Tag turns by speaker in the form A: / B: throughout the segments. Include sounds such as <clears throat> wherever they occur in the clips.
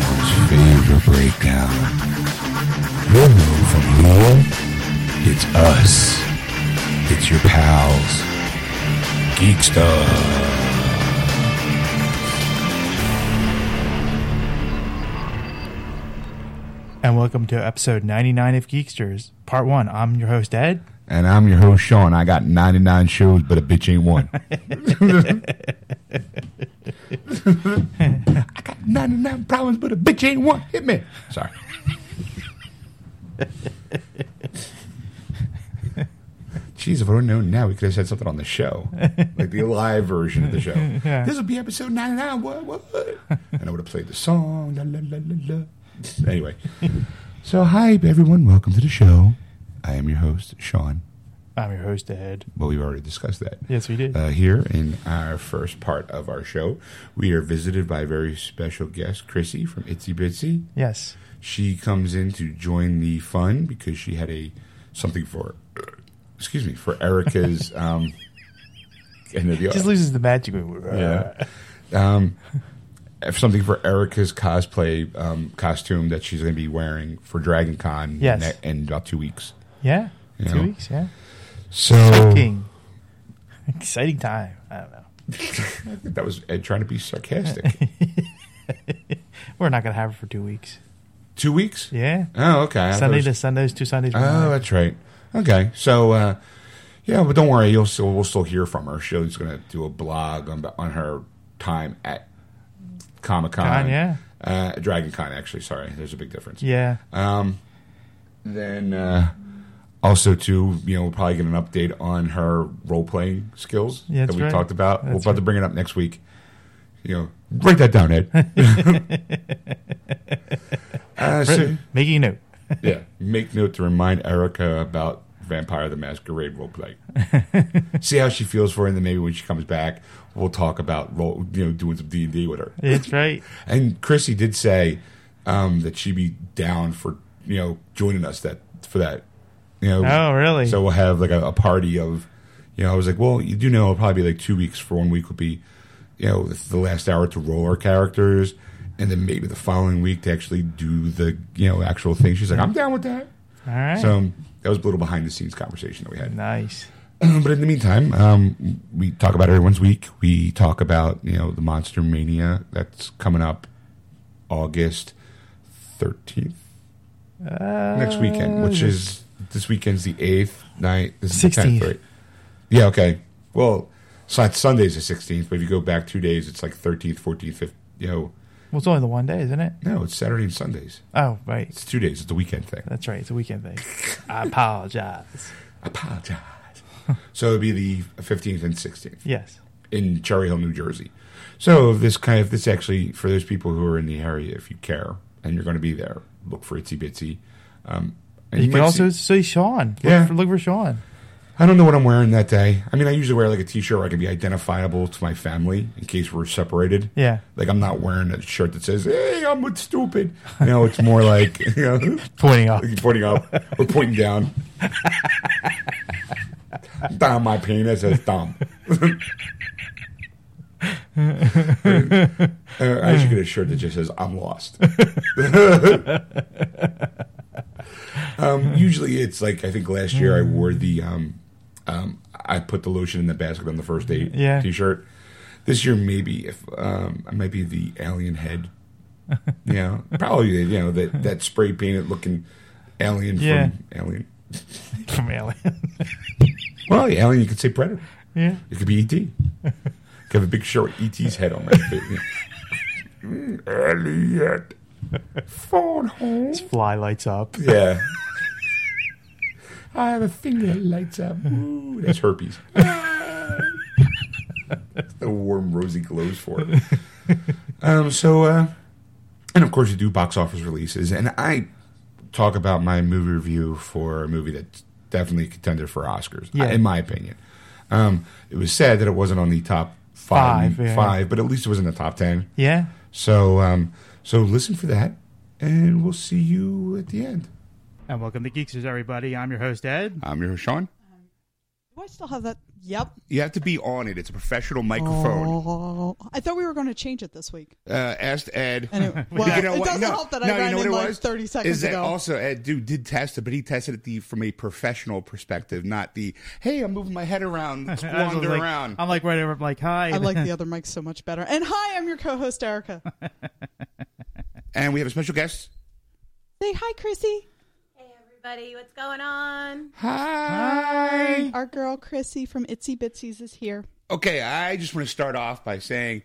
A: fans will break down. You'll know from here, it's us. It's your pals. Geek Stuff.
B: And welcome to episode 99 of Geeksters, part one. I'm your host, Ed.
A: And I'm your host, Sean. I got 99 shows, but a bitch ain't one. I got 99 problems, but a bitch ain't one. Hit me. Sorry. Jeez, if I would have known now, we could have said something on the show, like the live version of the show. This will be episode 99. What? What? And I would have played the song. La, la, la, la, la. Anyway. So, hi, everyone. Welcome to the show. I am your host, Sean.
B: I'm your host, Ed.
A: Well, we've already discussed that.
B: Yes, we did.
A: Uh, here in our first part of our show, we are visited by a very special guest, Chrissy from Itsy Bitsy.
B: yes.
A: She comes in to join the fun because she had a something for, excuse me, for
B: <laughs>
A: Erica's. um, end of the
B: Just loses the magic. uh,
A: yeah. Um, if something for Erica's cosplay um, costume that she's going to be wearing for Dragon Con
B: Yes.
A: ne- in about two weeks.
B: Yeah.
A: Yeah. Oh.
B: Two weeks, yeah.
A: So
B: King. Exciting time. I don't know.
A: that was Ed trying to be
B: <laughs>
A: sarcastic.
B: We're not going to have it for two weeks.
A: two weeks?
B: Yeah.
A: Oh, okay. I thought it
B: Sunday
A: was-
B: to Sundays, two Sundays. one
A: Oh,
B: night.
A: that's right. Okay, so uh, yeah, but don't worry, you'll still we'll still hear from her. She's going to do a blog on on her time at Comic Con,
B: Con, yeah.
A: uh, Dragon Con. Actually, sorry, there's a big difference.
B: yeah.
A: Um, then uh, also too, you know, we'll probably get an update on her role playing skills
B: Yeah,
A: that
B: that's
A: we
B: right.
A: talked about. we'll
B: That's
A: about to bring it up next week. You know, write that down, Ed.
B: <laughs>
A: <laughs> uh, so,
B: Making a note.
A: yeah, make note to remind Erica about Vampire the Masquerade roleplay.
B: <laughs>
A: See how she feels for it, and then maybe when she comes back, we'll talk about role, you know, doing some D and D with her. <laughs>
B: That's right.
A: And Chrissy did say um, that she'd be down for you know joining us that for that. You know,
B: Oh, really?
A: So we'll have like a, a party of, you know, I was like, well, you do know it'll probably be like two weeks for one week would be, you know, the the last hour to roll our characters, and then maybe the following week to actually do the you know actual thing. She's like, I'm down with that.
B: All right.
A: So that was a little behind the scenes conversation that we had.
B: nice.
A: but in the meantime, um, we talk about everyone's week. We talk about you know the Monster Mania that's coming up August thirteenth
B: Uh,
A: next weekend, which is this weekend's the eighth night. This is the
B: 16th.
A: tenth, right? Yeah. Okay. Well, so it's Sunday's the sixteenth, but if you go back two days, it's like thirteenth, fourteenth, fifth. You know,
B: Well, it's only the one day, isn't it?
A: no, it's Saturday and Sundays.
B: Oh, right.
A: It's two days. It's a weekend thing.
B: That's right. It's a
A: <laughs>
B: weekend thing. I apologize. <laughs>
A: Apologize. so it'd be the fifteenth and sixteenth.
B: Yes.
A: in Cherry Hill, New Jersey. So if this kind of this actually for those people who are in the area, if you care and you're going to be there, look for Itsy Bitsy. Um, and
B: You, can
A: might
B: also
A: see-
B: see Sean. Look,
A: Yeah.
B: for, look for Sean.
A: I don't know what I'm wearing that day. I mean, I usually wear like a T-shirt where I can be identifiable to my family in case we're separated.
B: Yeah.
A: Like I'm not wearing a shirt that says "Hey, I'm with stupid." You know, it's more like <laughs> you know,
B: Pointing out.
A: pointing up or pointing down. down my penis is dumb. Uh, I should get a shirt that just says "I'm lost." um, usually, it's like I think last year I wore the um, um, I put the lotion in the basket on the first date
B: Yeah.
A: T-shirt. This year, maybe if um, I might be the alien head, you know, probably you know that that spray painted looking alien
B: Yeah.
A: from Alien.
B: <laughs> From Alien.
A: Well, yeah, alien you could say predator.
B: <laughs> yeah.
A: It could be ET. Could have a big show with ET's head on that. mm, Elliot, phone home.
B: Fly lights up.
A: Yeah. <laughs> I have a finger that lights up. Ooh, that's herpes. <laughs> that's the warm, rosy glows for <laughs> it. Um, so, uh, and of course, you do box office releases. And I talk about my movie review for a movie that's definitely a contender for Oscars,
B: Yeah.
A: in my opinion. Um, it was sad that it wasn't on the top five,
B: Five, yeah.
A: five, but at least it was in the top ten.
B: Yeah.
A: So, um, so listen for that, and we'll see you at the end.
C: And welcome to Geeksters, everybody. I'm your host, Ed.
A: I'm your host, Um, Sean.
D: Do I still have that Yep.
A: You have to be on it. It's a professional microphone.
D: Oh, I thought we were going to change it this week.
A: Uh, asked Ed. <laughs>
D: And it- well, it doesn't help that I ran in, like, 30 seconds
A: Is that
D: ago.
A: also Ed dude did test it, but he tested it the, from a professional perspective, not the hey, I'm moving my head around, let's
B: <laughs> I was
A: wander
B: like- "Oh."
A: around.
B: I'm like right over. I'm like, hi.
D: I like the other mic so much better. And hi, I'm your co-host Erica.
A: and we have a special guest.
D: Say hi, Chrissy.
E: Hey everybody, what's going on?
A: Hi.
D: Our girl Chrissy from Itsy Bitsies is here.
A: Okay, I just want to start off by saying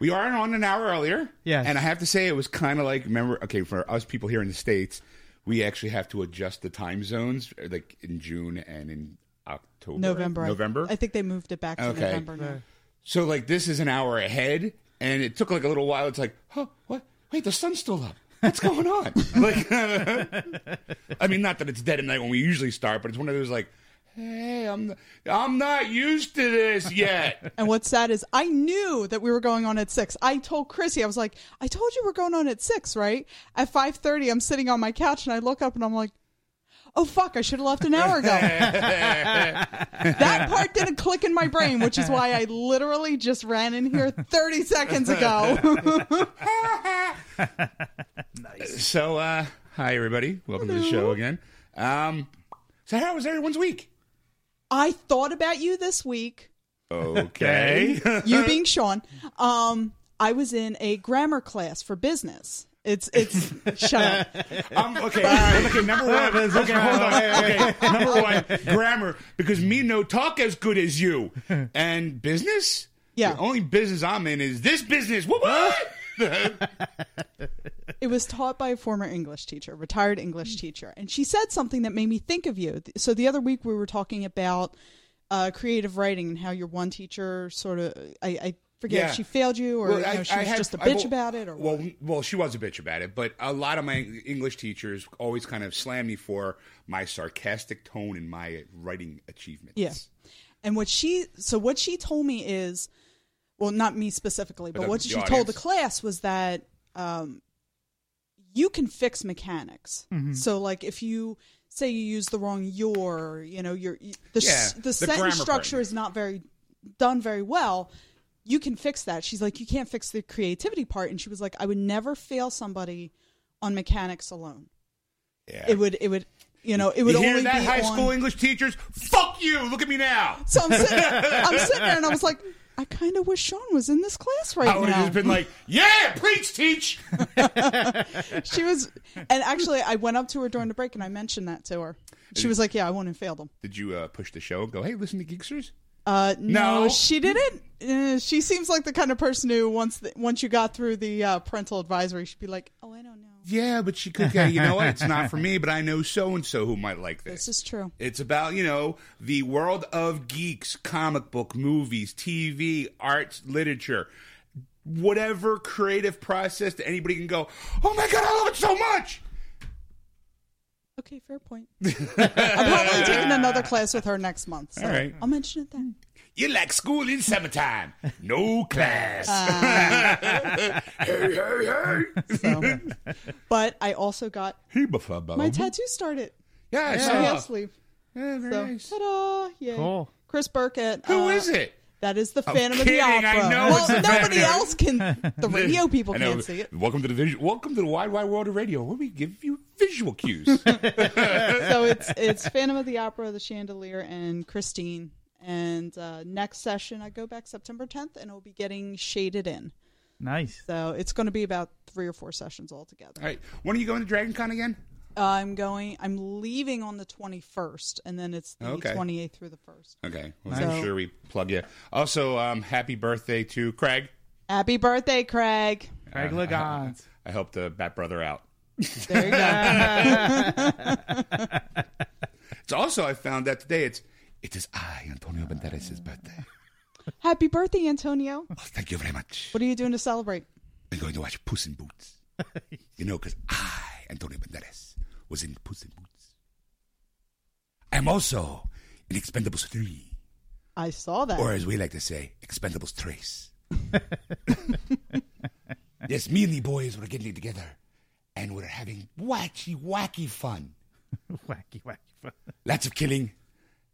A: we are on an hour earlier.
B: Yes.
A: And I have to say it was kind of like remember okay, for us people here in the states, we actually have to adjust the time zones uh, like in June and in October.
D: November. I-
A: November.
D: I, think they moved it back to
A: Okay.
D: November now.
A: So like this is an hour ahead, and it took like a little while. It's like, huh, what? Wait, the sun's still up. What's going
D: <laughs>
A: on? like, <laughs> I mean, not that it's dead at night when we usually start, but it's one of those like, hey, I'm I'm not used to this yet.
D: And what's sad is I knew that we were going on at six. I told Chrissy, I was like, I told you we're going on at six, right? At five thirty, I'm sitting on my couch and I look up and I'm like, Oh fuck, I should have left an hour ago. that part didn't click in my brain, which is why I literally just ran in here thirty seconds ago.
A: so, uh, hi everybody, welcome to the show again. Um, so how was everyone's week?
D: I thought about you this week.
A: Okay.
D: you being Sean, um, I was in a grammar class for business. It's it's shut up.
A: <laughs> Um, okay, all right, okay, number one. Okay, hold on. Okay, number one, grammar, because me no talk as good as you.
D: <laughs>
A: And business?
D: Yeah.
A: The only business I'm in is this business. What? what?
D: It was taught by a former English teacher, retired English teacher, and she said something that made me think of you. So the other week we were talking about uh, creative writing and how your one teacher sort of I, I forget
A: Yeah.
D: if she failed you or you know, she was
A: had-
D: just a
A: I-
D: bitch
A: well-
D: about it or
A: well,
D: what.
A: well, she was a bitch about it, but a lot of my English teachers always kind of slam me for my sarcastic tone and my writing achievements.
D: Yeah. And what she so what she told me is well not me specifically, but,
A: the-
D: what
A: uh, the
D: she told the
A: audience.
D: class was that um you can fix mechanics. So like if you say you use the wrong your, you know, your the s-
A: Yeah,
D: the,
A: the grammar
D: sentence
A: part.
D: structure is not very done very well, you can fix that. She's like you can't fix the creativity part and she was like I would never fail somebody on mechanics alone.
A: Yeah.
D: It would it would you know, it would
A: you hear
D: only
A: that,
D: be
A: high
D: on-
A: school English teachers? Fuck you! Look at me now.
D: So I'm sitting, I'm sitting there and I was like, I kind of wish Sean was in this class right
A: I would
D: now.
A: have just been like, "Yeah, preach, teach." <laughs>
D: she was, and actually, I went up to her during the break and I mentioned that to her. She was like, "Yeah, I wouldn't have failed him."
A: Did you uh, push the show? and Go, hey, listen to Geeksters.
D: Uh, no,
A: No.
D: she didn't. Uh, she seems like the kind of person who once the, once you got through the uh, parental advisory, she'd be like, "Oh, I don't know.
A: Yeah, but she could. Yeah, you know what? It's not for me, but I know so and so who might like this.
D: This is true."
A: It's about you know the world of geeks, comic book, movies, TV, arts, literature, whatever creative process that anybody can go. Oh my god, I love it so much.
D: Okay, fair
A: <laughs>
D: point. I'm probably taking another class with her next month. So
A: All right.
D: I'll mention it
A: <laughs>
D: then.
A: You like school in summertime, no class.
D: Ah.
A: <laughs> hey, hey, hey!
D: So. but I also got
A: Hey, buffalo.
D: my tattoo started.
A: Yeah, Uh-huh. I saw.
D: My yes sleeve.
A: Yeah, very
D: So,
A: nice.
D: ta-da! Yay.
B: Cool.
D: Chris Burkett.
A: Who
D: uh,
A: is it?
D: That is the Phantom of the
A: kidding,
D: Opera.
A: I know
D: well,
A: it's the
D: nobody
A: Phantom.
D: else can.
A: <laughs>
D: The radio people
A: I know.
D: can't see it.
A: Welcome to the visual. Welcome to the wide, wide world of radio, where we give you visual
D: <laughs>
A: cues.
D: So it's it's Phantom of the Opera, The Chandelier, and Christine. And uh, next session, I go back September 10th, and it'll be getting shaded in. <laughs>
B: nice.
D: So it's going to be about three or four sessions altogether.
A: All right, when are you going to Dragon Con again?
D: I'm going. I'm leaving on the 21st, and then it's the
A: Okay.
D: 28th through the 1st.
A: Okay, well,
D: So-
A: I'm sure we plug you. Also, um, happy birthday to Craig.
D: Happy birthday, Craig!
B: Craig Lagans.
A: I helped the Bat Brother out.
D: There you go.
A: <laughs> It's also I found out today. It's it is I, Antonio Banderas' birthday.
D: Happy birthday, Antonio!
A: Oh, thank you very much.
D: What are you doing to celebrate?
A: I'm going to watch Puss in Boots. you know, because I, Antonio Banderas, was in Puss in Boots. I'm also in Expendables three,
D: I saw that.
A: or as we like to say, Expendables trace. yes, me and the boys were getting together, and we're having wacky, wacky fun.
B: <laughs> Wacky, wacky.
A: lots of killing,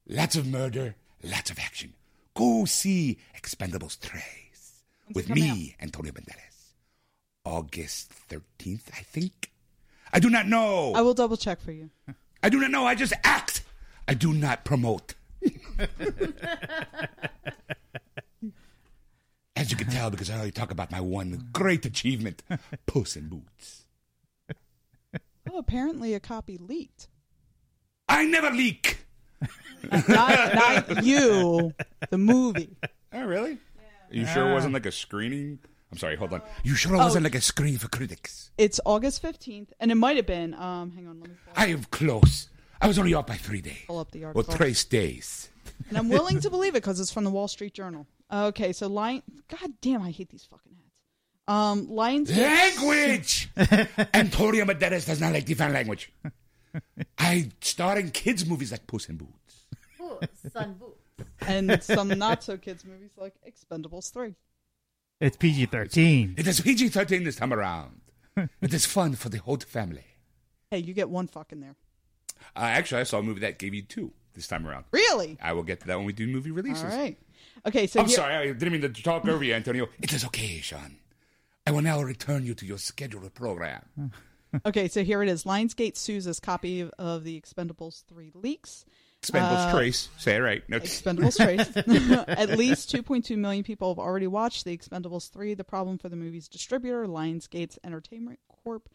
A: lots of murder, Lots of action. Go see Expendables 3 with
D: coming
A: me, Antonio Banderas. August 13th, I think. I do not know.
D: I will double check for you.
A: I do not know. I just act. I do not
D: <laughs>
A: promote. As you can tell, because I only talk about my one great achievement, Puss in Boots.
D: Oh, apparently a copy leaked.
A: I never leak.
D: Not, not you, the movie.
A: Oh, really? You
B: Ah.
A: sure it wasn't like a screening? I'm sorry, hold on. You sure it wasn't like a screen for critics?
D: It's August 15th, and it might have been. Um, hang on, let me pull-
A: I am close. I was only off by three days.
D: pull up the
A: Or
D: article.
A: three days.
D: And I'm willing to believe it because it's from the Wall Street Journal. Okay, so Lion. God damn, I hate these fucking hats. Um, Lions. <laughs>
A: Language! Antonio Banderas does not like different language. I star in kids' movies like Puss in Boots.
E: Ooh, Sun Boots.
D: and some not so kids movies like Expendables 3.
B: It's PG 13.
A: It is PG 13 this time around. It is fun for the whole family.
D: Hey, you get one fuck in there.
A: Uh, actually, I saw a movie that gave you two this time around.
D: Really?
A: I will get to that when we do movie releases.
D: All right. Okay, so
A: I'm
D: here-
A: sorry, I didn't mean to talk over you, Antonio. It is okay, Sean. I will now return you to your scheduled program.
D: Okay, so here it is. Lionsgate sues this copy of- of the Expendables 3 leaks.
A: Expendables Trace. Say it right. No,
D: Expendables Trace. At least 2.2 million people have already watched The Expendables 3. The problem for the movie's distributor, Lionsgate's Entertainment Corp,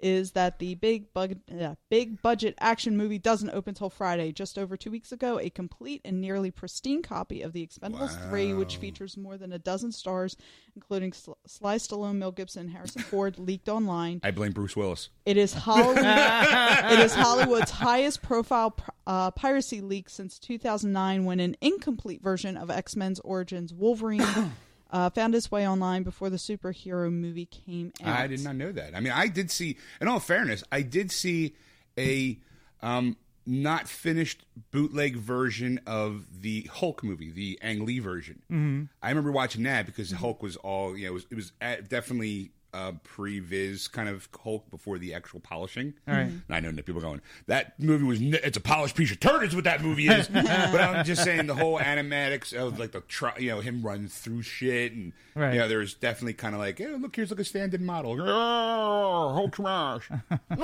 D: is that the big bug, uh, big budget action movie doesn't open till Friday. Just over 2 weeks ago, a complete and nearly pristine copy of The Expendables 3, which features more than a dozen stars including Sl- Sly Stallone, Mel Gibson, and Harrison Ford, leaked online.
A: I blame Bruce Willis.
D: It
A: <laughs>
D: is Hollywood. it is Hollywood's highest profile pr- uh, piracy leak since 2009, when an incomplete version of X Men's Origins Wolverine
A: <coughs>
D: uh, found its way online before the superhero movie came out.
A: I did not know that. I mean, I did see, in all fairness, I did see a um, not finished bootleg version of the Hulk movie, the Ang Lee version. Mm-hmm. I remember watching that because Hulk was all, you know, it was, it was a- definitely uh, pre Viz kind of Hulk before the actual polishing. All right. And I know that people are going, that movie was, n- it's a polished piece of turd, is what that movie <laughs> is. but I'm just saying the whole animatics of like the, tr- you know, him running through shit and,
B: Right.
A: you know, there's definitely kind of like, eh, look, here's like a stand-in model. <laughs> Grrr, Hulk smash. <laughs>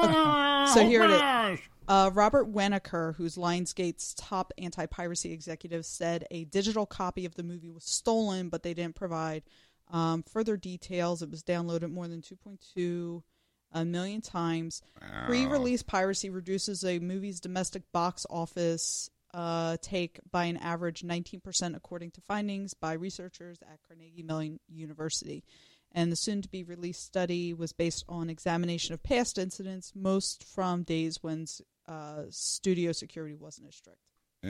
D: So here it is. Uh, Robert Wanaker, who's Lionsgate's top anti piracy executive, said a digital copy of the movie was stolen, but they didn't provide um, further details. It was downloaded more than 2.2 a uh, million times. Pre release piracy reduces a movie's domestic box office uh, take by an average 19%, according to findings by researchers at Carnegie Mellon University. And the soon to be released study was based on examination of past incidents, most from days when uh, studio security wasn't as strict.
B: Ah.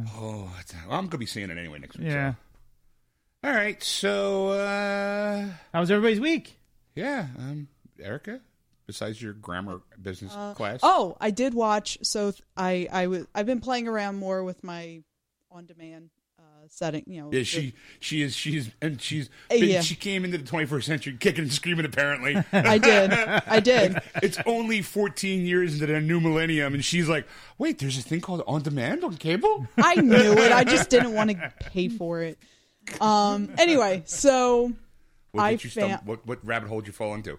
A: Eh? Oh, it's- well, I'm gonna be seeing it anyway next week.
B: Yeah.
A: so. All right. So, uh,
B: How was everybody's week?
A: yeah, um, Erica. Besides your grammar business class,
D: Oh, I did watch. So th- I I was I've been playing around more with my on demand uh, setting. You know,
A: yeah,
D: the-
A: she she is she's and she's
D: Uh, yeah.
A: she came into the 21st century kicking and screaming.
D: <laughs>
A: Apparently,
D: I did. I did.
A: it's only 14 years into the new millennium, and she's like, "Wait, there's a thing called on demand on cable."
D: I knew it. I just didn't want to pay for it. Um. Anyway, so
A: What
D: I
A: did you stum-
D: found-
A: what, what rabbit hole did you fall into?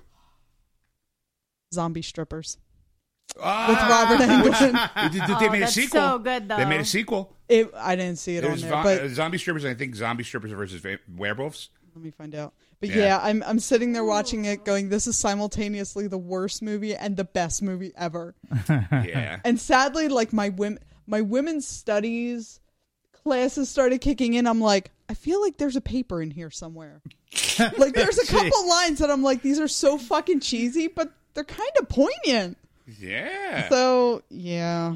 D: zombie strippers
A: <laughs>
D: with
A: Ah,
D: Robert Englund.
A: they, they- they
E: Oh,
A: made a
E: that's
A: sequel.
E: so good,
A: They made
E: though.
A: a sequel.
D: It, I didn't see it,
A: It
D: on
A: was
D: there,
A: vo-
D: but
A: uh, zombie strippers, and I think zombie strippers versus va- werewolves.
D: Let me find out. But yeah.
A: Yeah.
D: I'm I'm sitting there watching it, going, "This is simultaneously the worst movie and the best movie ever."
A: <laughs> Yeah,
D: And sadly, like my women, my women's studies classes started kicking in. I'm like, I feel like there's a paper in
A: <laughs>
D: here somewhere. like there's a couple lines that I'm like, these are so fucking cheesy, but they're kind of poignant.
A: yeah.
D: So yeah,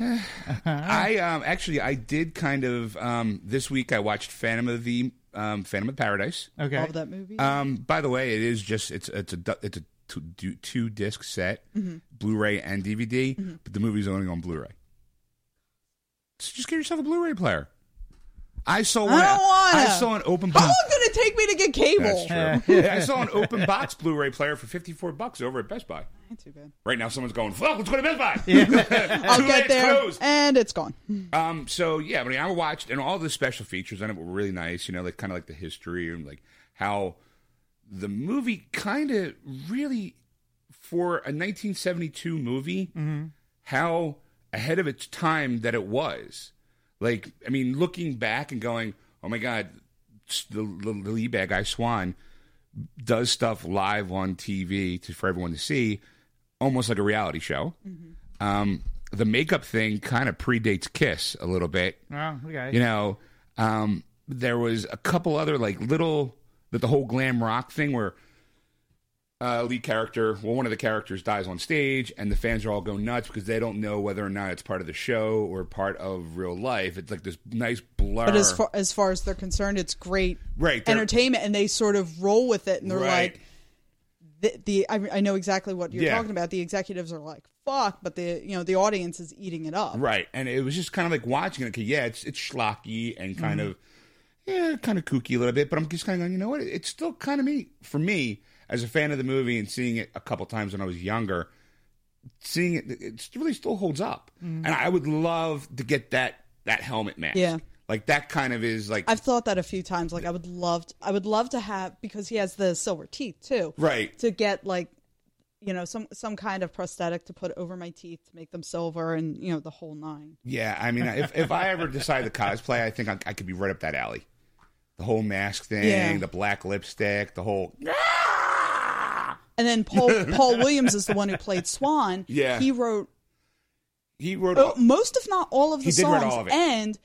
A: I um, actually I did kind of um, this week. I watched Phantom of the um, Phantom of Paradise.
B: Okay.
D: love that movie.
A: Um, by the way, it is just it's it's a du- it's a two, du- two disc set,
E: Mm-hmm.
A: Blu-ray and DVD, but the movie's only on Blu-ray. So just get yourself a Blu-ray player. I saw one.
D: I don't want
A: I saw an open box.
D: <laughs> How
E: Oh,
D: long did it take me to get cable?
A: That's true. I saw an open box Blu-ray player for fifty-four bucks over at Best Buy.
D: Not too bad.
A: Right now, someone's going, "Fuck, let's go to Best Buy." <laughs>
D: I'll get
A: Two-legged
D: there,
A: closed.
D: and it's gone.
A: Um, so yeah, I mean, I watched and all the special features on it were really nice. You know, like kind of like the history and like how the movie kind of really for a 1972 movie, how ahead of its time that it was. Like, I mean, looking back and going, oh my god, s- the, the, the lead bad guy Swan does stuff live on TV to, for everyone to see, almost like a reality show. Um, the makeup thing kind of predates Kiss a little bit.
B: Oh, okay.
A: You know, um, there was a couple other like little that the whole glam rock thing where uh, lead character, well, one of the characters dies on stage, and the fans are all go nuts because they don't know whether or not it's part of the show or part of real life. It's like this nice blur.
D: But as far as far as they're concerned, it's great
A: Right, they're-
D: entertainment, and they sort of roll with it, and they're
A: Right.
D: like, the, the I, I know exactly what you're
A: Yeah.
D: talking about. The executives are like, fuck, but the you know the audience is eating it up.
A: Right, and it was just kind of like watching it. 'cause, yeah, it's it's schlocky and kind
D: Mm-hmm.
A: of yeah, kind of kooky a little bit. But I'm just kind of going, you know what? It's still kind of me for me as a fan of the movie and seeing it a couple times when I was younger. Seeing it, it really still holds up, and I would love to get that that helmet mask.
D: Mm-hmm. Yeah.
A: like that kind of is like
D: I've thought that a few times. Like I would love, to, I would love to have because he has the silver teeth too.
A: Right.
D: To get like, you know, some some kind of prosthetic to put over my teeth to make them silver, and you know the whole nine.
A: Yeah, I mean, if if I ever decide to cosplay, I think I, I could be right up that alley. The whole mask thing,
D: Yeah.
A: the black lipstick, the whole
D: And then Paul
A: <laughs>
D: Paul Williams is the one who played Swan.
A: Yeah.
D: He wrote
A: he wrote
D: Oh, most if not all of the
A: He did write
D: songs.
A: all of it.
D: And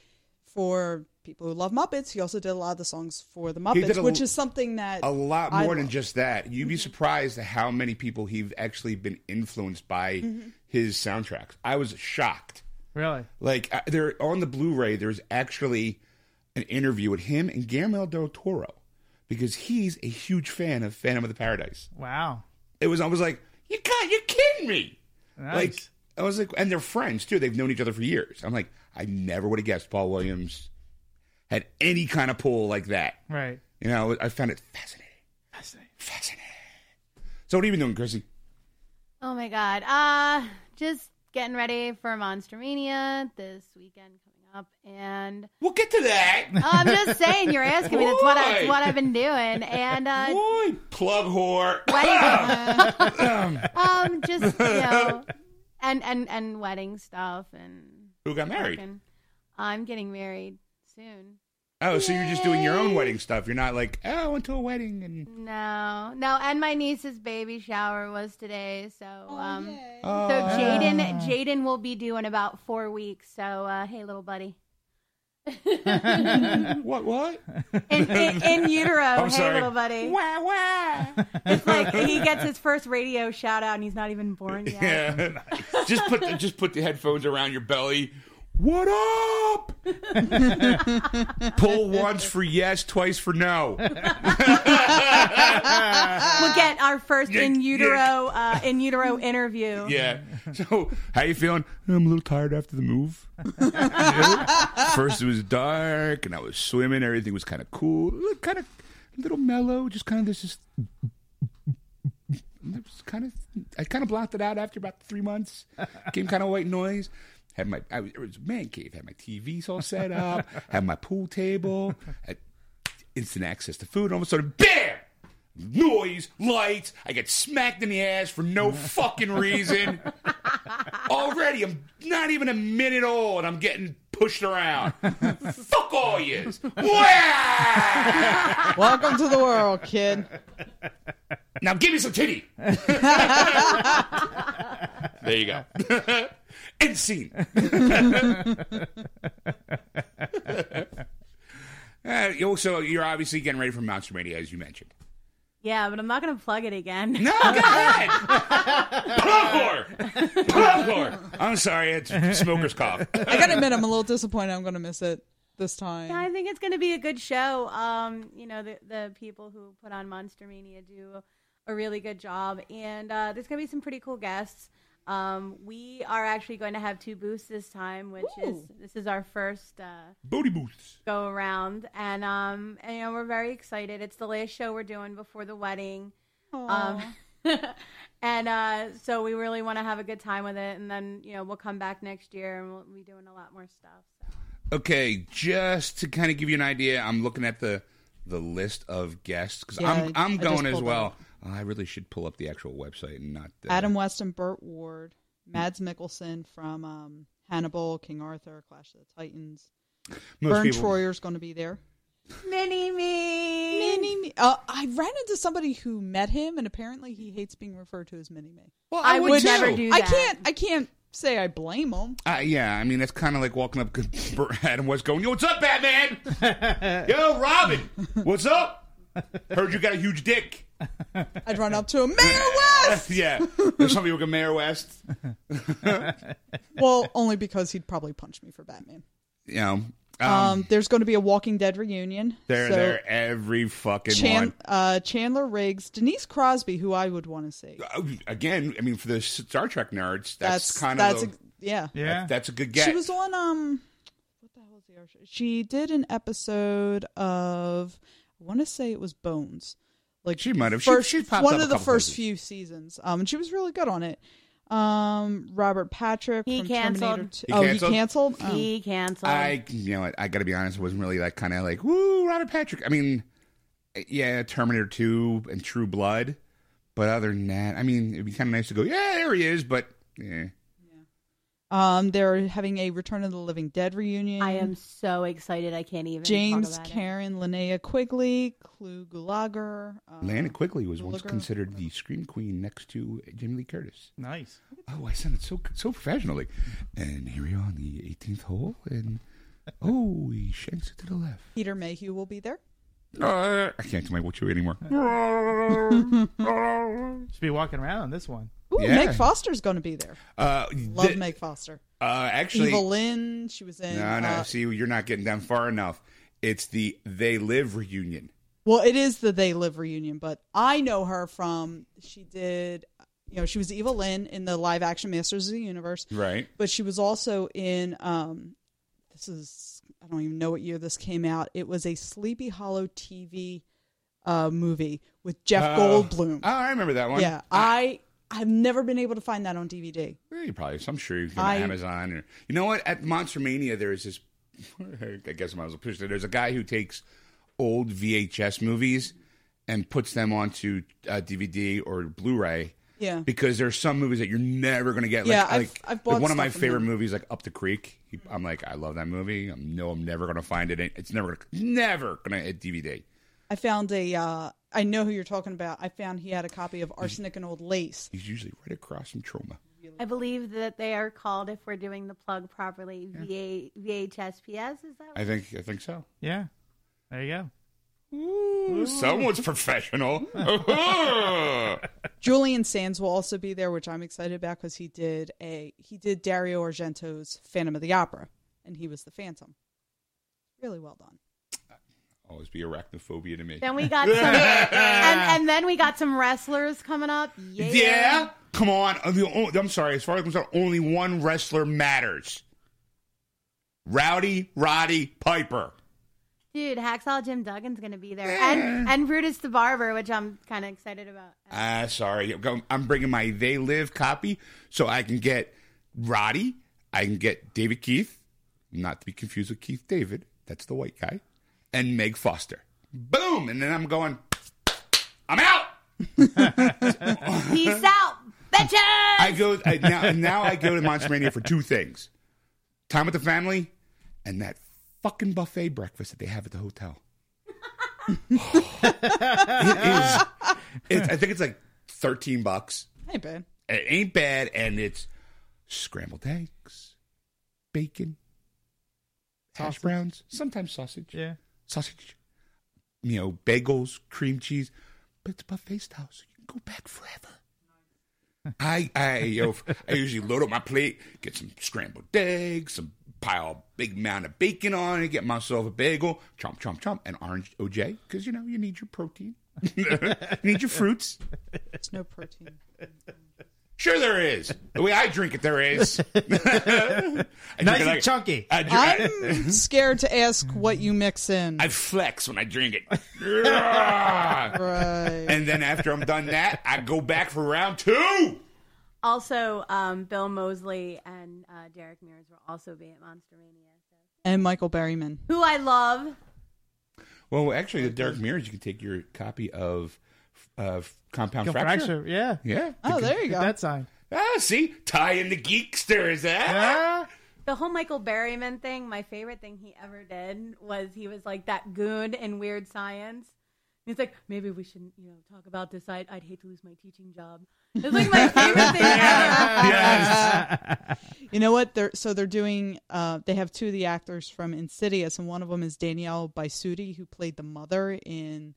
D: for people who love Muppets, he also did a lot of the songs for the
A: He did
D: Muppets,
A: a-
D: which is something that
A: a lot
D: I
A: more than
D: <laughs> love.
A: just that. You'd be surprised at how many people he've actually been influenced by his soundtracks. I was shocked.
B: Really?
A: Like uh, there on the Blu-ray, there's actually an interview with him and Guillermo del Toro because he's a huge fan of Phantom of the Paradise.
B: Wow.
A: It was I was like, you got you're kidding me.
B: Nice.
A: Like I was like, and they're friends too. They've known each other for years. I'm like, I never would have guessed Paul Williams had any kind of pull like that.
B: right.
A: You know, I found it fascinating.
B: Fascinating.
A: Fascinating. So what have you been doing, Chrissy?
E: Oh my god. Uh just getting ready for Monster Mania this weekend coming up and
A: We'll get to that.
E: Oh, I'm <laughs> just saying you're asking me that's what I
A: Boy.
E: what I've been doing and uh
A: Boy, plug whore.
E: wedding uh, um <laughs> just you know and and and wedding stuff and
A: <laughs> Who got married?
E: working. I'm getting married soon.
A: Oh, so you're just doing your own wedding stuff. You're not like, oh, I went to a wedding and
E: No, no, and my niece's baby shower was today, so um,
A: oh. Ah.
E: so Jaden Jaden will be due in about four weeks. So uh, hey, little buddy,
A: uh, <laughs> what what?
E: in, in,
A: <laughs>
E: in utero, hey,
A: sorry.
E: little buddy. Wah wah! <laughs> It's like he gets his first radio shout out, and he's not even born yet.
A: Yeah. <laughs> just put the, just put the headphones around your belly. What
E: <laughs>
A: up? <laughs> Pull once for yes, twice for no.
E: We'll get our first
A: Yeah,
E: in
A: yeah.
E: utero uh, in utero interview.
A: Yeah. So, how you feeling? I'm a little tired after the move. First, it was dark, and I was swimming. Everything was kind of cool, look kind of a little mellow, just kind of this. Just, it was kind of, I kind of blocked it out after about three months. Came kind of white noise. Had my, I was, it was man cave. Had my TVs all set up. had my pool table. Had instant access to food. All of a sudden, bam! Noise, lights. I get smacked in the ass for <laughs> no fucking reason. Already, I'm not even a minute old, and I'm getting pushed <laughs> around. Fuck all yous. Wah!
D: Welcome to
A: <laughs>
D: the world, kid.
A: Now give me some <laughs> titty. there you go. <laughs> End <laughs> scene. Uh, you also, you're obviously getting ready for Monster Mania, as you mentioned.
E: Yeah, but I'm not gonna plug it again.
A: No, go <laughs> ahead. Plug whore. Plug whore. I'm sorry, it's smoker's cough.
D: I gotta admit, I'm a little disappointed. I'm gonna miss it this time.
E: Yeah, I think it's going to be a good show. Um, you know, the the people who put on Monster Mania do a really good job, and uh, there's going to be some pretty cool guests. Um, we are actually going to have two booths this time, which is
D: Ooh.
E: this is our first uh,
A: Booty booths.
E: go around, and um, and, you know we're very excited. It's the last show we're doing before the wedding. Um, <laughs> and uh, so we really want to have a good time with it, and then you know we'll come back next year and we'll be doing a lot more stuff. So.
A: Okay, just to kind of give you an idea, I'm looking at the the list of guests because
D: Yeah,
A: I'm
D: I
A: I'm
D: just
A: going as
D: pulled
A: well. Oh, I really should pull up the actual website and not uh,
D: Adam West and Burt Ward, Mads Mikkelsen from um, Hannibal, King Arthur, Clash of the Titans.
A: most
D: Vern
A: people-
D: Troyer's going to be there.
E: <laughs> Mini me.
D: Mini Me. Uh, I ran into somebody who met him, and apparently he hates being referred to as Mini Me.
A: Well,
E: I would never
A: too.
E: do
D: I
E: that.
D: can't. I can't say I blame him.
A: Uh, yeah, I mean that's kind of like walking up <laughs> to Bert- Adam West going, "Yo, what's up, Batman? <laughs> Yo, Robin, what's up? Heard you got a huge dick."
D: I'd run up to him, Mayor
A: <laughs>
D: West.
A: yeah, there's somebody like a Mayor West.
D: well, only because he'd probably punch me for Batman.
A: You know, um,
D: Um, there's going to be a Walking Dead reunion.
A: they're
D: so
A: there every fucking
D: Chan-
A: one.
D: uh, Chandler Riggs, Denise Crosby, who I would want to see.
A: Uh, Again, I mean, for the Star Trek nerds, that's, kind
D: that's
A: of the-
D: ex- yeah.
B: Yeah.
A: that- that's a good guess.
D: She was on um what the hell was the other show? She did an episode of I want to say it was Bones. Like
A: She might have. She-
D: first,
A: she's popped
D: one
A: up
D: of
A: a
D: the
A: couple
D: first
A: places.
D: few seasons. Um and she was really good on it. Um Robert Patrick
E: He
D: from
E: canceled.
D: Terminator 2.
A: He canceled?
D: oh, he canceled? Oh.
E: He canceled.
A: Um, I, you know, what, I got to be honest, I wasn't really that kind of like, woo, Robert Patrick. I mean, eh, yeah, Terminator 2 and True Blood. But other than that, I mean, it'd be kind of nice to go, yeah, there he is, but eh, yeah.
D: Um they're having a Return of the Living Dead reunion.
E: I am so excited. I can't even.
D: James,
E: talk about it.
D: Karen, Linnea Quigley, Clue Gulager. Uh,
A: Lana Quigley was once
D: Gulager.
A: considered the scream queen next to Jamie Lee Curtis.
B: nice.
A: Oh, I sounded so so professionally. And here we are on the 18th hole, and oh, he shanks it to the left.
D: Peter Mayhew will be there.
A: Uh, I can't do my what's anymore.
B: Should be walking around on this one.
D: Ooh,
A: Yeah.
D: Meg Foster's going to be there.
A: Uh,
D: Love
A: th-
D: Meg Foster.
A: uh, actually,
D: Eva Lynn, she was in.
A: No, no.
D: uh,
A: see, you're not getting down far enough. It's the They Live reunion.
D: well, it is the They Live reunion, but I know her from she did, you know, she was Eva Lynn in the live action Masters of the Universe,
A: Right.
D: but she was also in. Um, this is I don't even know what year this came out. It was a Sleepy Hollow TV uh, movie with Jeff Goldblum.
A: Oh, I remember that one.
D: yeah, I I've never been able to find that on DVD.
A: Eh, you probably. I'm sure you can
D: I-
A: Amazon or you know what? At Monster Mania, there is this. <laughs> I guess I might as well push it. There's a guy who takes old VHS movies and puts them onto uh, DVD or Blu-ray.
D: Yeah.
A: Because there's some movies that you're never gonna get. Like,
D: Yeah, I've-
A: like,
D: I've
A: like
D: bought
A: one of my
D: stuff from
A: favorite
D: him.
A: movies, like Up the Creek. He- I'm like, I love that movie. I know I'm never gonna find it. It's never, gonna, never gonna hit DVD.
D: I found a. Uh, I know who you're talking about. I found he had a copy of Arsenic and Old Lace.
A: He's usually right across from trauma.
E: I believe that they are called, if we're doing the plug properly, VA, VHSPS. Is that
A: I think I think so.
B: Yeah. There you go.
A: Someone's professional. <laughs> Ooh.
D: Julian Sands will also be there, which I'm excited about because he did a he did Dario Argento's Phantom of the Opera, and he was the Phantom. Really well done.
A: Always be arachnophobia to me.
E: Then
A: <laughs>
E: we got some, and, and then we got some wrestlers coming up. Yeah.
A: Yeah. Come on. Uh, the o- I'm sorry. As far as I'm concerned, only one wrestler matters. Rowdy Roddy Piper.
E: dude, Hacksaw Jim Duggan's gonna be there, and and Brutus the Barber, which I'm kind of
A: <laughs>
E: excited about.
A: Ah, sorry. I'm- I'm bringing my They Live copy so I can get Roddy. I can get David Keith, not to be confused with Keith David. That's the white guy. And Meg Foster. Boom. And then I'm going, I'm out.
E: Peace out, bitches.
A: I go I, now. Now I go to Monster Mania for two things: time with the family, and that fucking buffet breakfast that they have at the hotel. it is. It's, I think it's like thirteen bucks.
D: Hey, Ben.
A: It ain't bad, and it's scrambled eggs, bacon, hash
B: Sausage.
A: browns, sometimes sausage,
B: Yeah.
A: sausage, you know, bagels, cream cheese, but it's buffet style, so you can go back
B: <laughs>
A: forever. I I you know, I usually load up my plate, get some scrambled eggs, some pile big mound of bacon on it, get myself a bagel, chomp chomp chomp, and orange OJ because you know you <laughs> need your protein, you need your fruits.
D: It's no protein.
A: Sure, there is. The way I drink it, there
B: <laughs>
A: is. <laughs> I drink
B: Nice
A: it
B: and
A: like-
B: chunky.
A: I, drink, I,
D: I'm scared to ask what you mix in.
A: I flex when I drink
B: <laughs>
A: it. <laughs>
D: right.
A: and then after I'm done that, I go back for round two.
E: Also, um, Bill Mosley and uh, Derek Mears will also be at Monster Mania,
D: And Michael Berryman.
E: who I love.
A: Well, actually, the Derek Mirrors, you can take your copy of uh, Compound
B: Fracture.
A: Fracture.
B: Yeah.
A: Yeah.
D: Oh, there you go.
B: That sign.
A: Ah, see? Tie in the geeksters, eh?
B: Ah.
E: The whole Michael Berryman thing, my favorite thing he ever did was he was like that goon in Weird Science. He's like, maybe we shouldn't, you know, talk about this. I'd, I'd hate to lose my teaching job. It's like my favorite thing ever.
D: You know what? They're so they're doing. Uh, they have two of the actors from Insidious, and one of them is Danielle Baisudi, who played the mother in.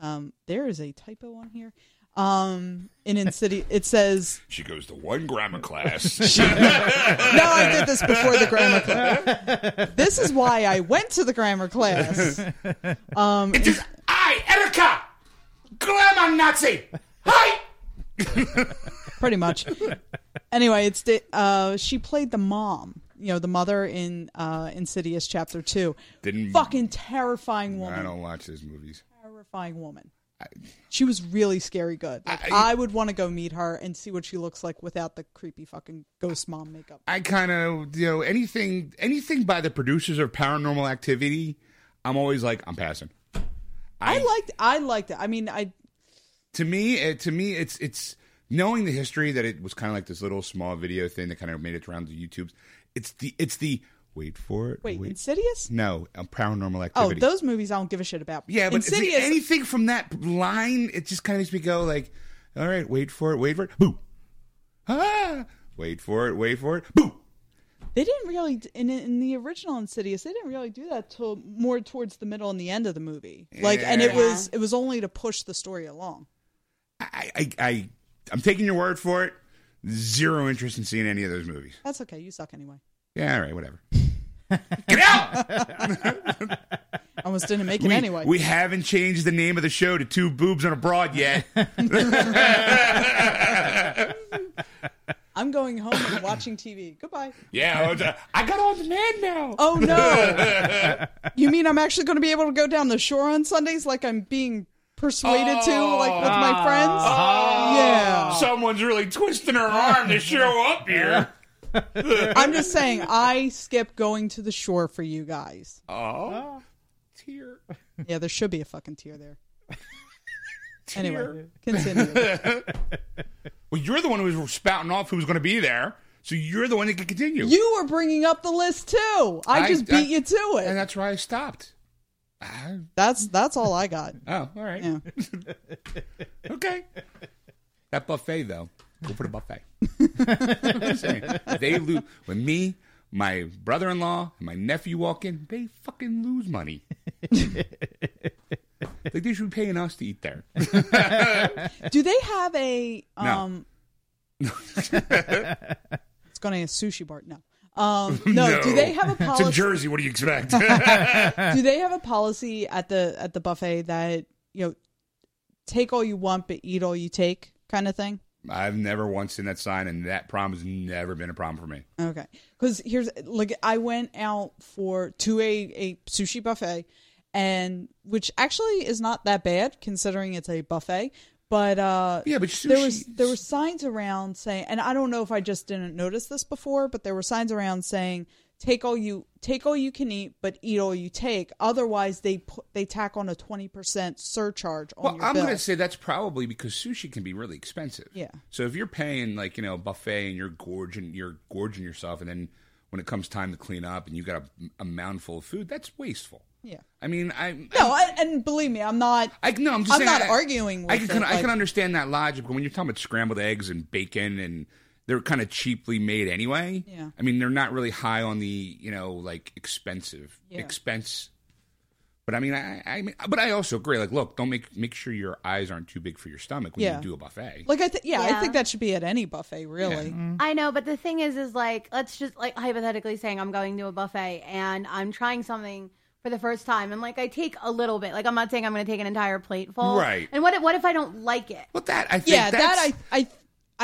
D: Um, there is a typo on here. Um, in Insidious, it says
A: She goes to one grammar <laughs> class.
D: no, I did this before the grammar class. This is why I went to the grammar class. Um,
A: It is I, Erica, glamour Nazi. Hi.
D: pretty much. Anyway, it's the, uh, she played the mom, you know, the mother in uh, Insidious Chapter Two.
A: Didn't-
D: fucking terrifying woman.
A: I don't watch those movies.
D: terrifying woman. she was really scary good. Like, I, would want to go meet her and see what she looks like without the creepy fucking ghost mom makeup.
A: I kind of you know anything anything by the producers of Paranormal Activity. I'm always like I'm passing.
D: I, liked I liked it. I mean, I
A: to me it, to me it's it's knowing the history that it was kind of like this little small video thing that kind of made its rounds to YouTube. It's the it's the wait for it
D: wait, Insidious?
A: no um, Paranormal
D: Oh,
A: Activity.
D: those movies I don't give a shit about.
A: Yeah, but see,
D: Insidious
A: anything from that line, it just kind of makes me go like, "All right, wait for it, wait for it, boo, ah, wait for it, wait for it, boo."
D: they didn't really in in the original Insidious, they didn't really do that till more towards the middle and the end of the movie. Like and it
E: Yeah.
D: was it was only to push the story along.
A: I, I, I, I'm taking your word for it. Zero interest in seeing any of those movies.
D: That's okay, you suck anyway.
A: Yeah, all right, whatever. Get out!
D: I almost didn't make it
A: We,
D: anyway.
A: we haven't changed the name of the show to Two Boobs and a Broad yet.
D: I'm going home and watching TV. Goodbye.
A: <laughs> yeah, I was, uh, I got on demand now.
D: Oh no!
A: <laughs>
D: you mean I'm actually going to be able to go down the shore on Sundays like I'm being persuaded to, like with
A: Ah.
D: my friends?
A: Oh.
D: yeah.
A: Someone's really twisting her arm to show <laughs> up here.
D: I'm just saying, I skip going to the shore for you guys.
A: Oh, tear.
D: Yeah, there should be a fucking
A: <laughs>
D: tear there. Anyway,
A: Tear. <laughs>
D: continue.
A: Well, you're the one who was spouting off who was going to be there, so you're the one that can continue.
D: You were bringing up the list too. I
A: I-
D: just beat
A: I-
D: you to
A: and
D: it.
A: that's why I stopped. Ah,
D: That's that's all I got.
A: oh, all right. <laughs>
D: Yeah.
A: Okay. <laughs> That buffet, though, go for the buffet. <laughs> I'm saying, they lose. When me, my brother in law, and my nephew walk in, they fucking lose money. like, they should be paying us to eat there.
D: Do they have a um?
A: <laughs>
D: it's going to a sushi bar. No. Um,
A: <laughs>
D: no, Do they have a
A: It's in
D: policy?
A: Jersey. What do you expect? <laughs>
D: do they have a policy at the at the buffet that you know take all you want but eat all you take kind of thing
A: I've never once seen that sign, and that problem has never been a problem for me.
D: okay because here's like i went out for to a, a sushi buffet and which actually is not that bad considering it's a buffet but uh
A: Yeah, but sushi.
D: there was there were signs around saying and i don't know if i just didn't notice this before but there were signs around saying take all you take all you can eat but eat all you take otherwise they put they tack on a 20% surcharge on
A: Well,
D: your
A: I'm
D: bill
A: going to say that's probably because sushi can be really expensive.
D: Yeah.
A: So if you're paying like you know a buffet and you're gorging you're gorging yourself, and then when it comes time to clean up and you got a, a mouthful of food, that's wasteful.
D: yeah
A: I mean, I
D: no I, and believe me i'm not
A: I, I- no, I'm just
D: I'm
A: saying,
D: not
A: I-
D: arguing with
A: I can,
D: it,
A: kind of, I
D: like-
A: can understand that logic, but when you're talking about scrambled eggs and bacon, and they're kind of cheaply made anyway.
D: Yeah.
A: I mean, they're not really high on the you know like expensive
D: Yeah.
A: expense. But I mean, I, I mean, but I also agree. Like, look, don't make make sure your eyes aren't too big for your stomach when
D: Yeah.
A: you do a buffet.
D: like i think yeah, i
E: Yeah.
D: think that should be at any buffet really
E: <laughs> I know, but the thing is, is like, let's just like hypothetically saying I'm going to a buffet and I'm trying something for the first time, and like I take a little bit. Like I'm not saying I'm going to take an entire plate full,
A: Right.
E: And what if, what if I don't like it?
A: Well, that I think
D: yeah that
A: that's,
D: i i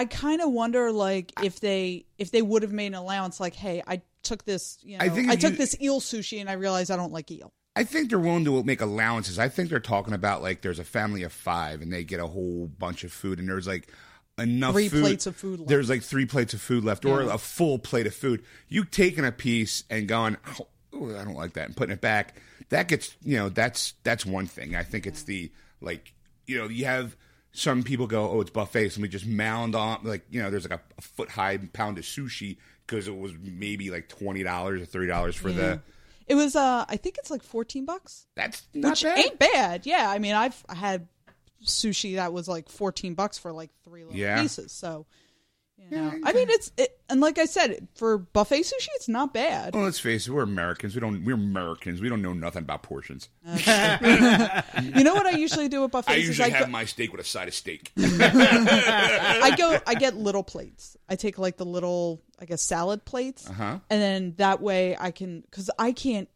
D: I kind of wonder like if they if they would have made an allowance like hey I took this you know
A: I
D: I,
A: think if
D: took
A: you-
D: this eel sushi and I realized I don't like eel.
A: I think they're willing to make allowances. I think they're talking about like there's a family of five and they get a whole bunch of food and there's like enough
D: Three
A: food-
D: plates of food left.
A: There's like three plates of food left or a full plate of food. You taking a piece and going, oh, ooh, I don't like that, and putting it back. That gets you know that's that's one thing. I think it's the like you know you have some people go, oh, it's buffet, so we just mound on like you know there's like a, a foot high pound of sushi because it was maybe like twenty dollars or thirty dollars for the.
D: It was uh I think it's like 14 bucks.
A: That's not
D: which
A: bad.
D: ain't bad. Yeah, I mean, I've had sushi that was like fourteen bucks for like three little
A: Yeah.
D: pieces. So, you know, I mean, it's it, and like I said, for buffet sushi, it's not bad.
A: Well, let's face it, we're Americans. We don't. We're Americans. We don't know nothing about portions.
D: You know what I usually do with
A: <laughs>
D: buffets
A: I
D: is
A: usually
D: I go,
A: have my steak with a side of steak.
D: I go I get little plates. I take like the little I guess salad plates,
A: Uh-huh.
D: and then that way I can because I can't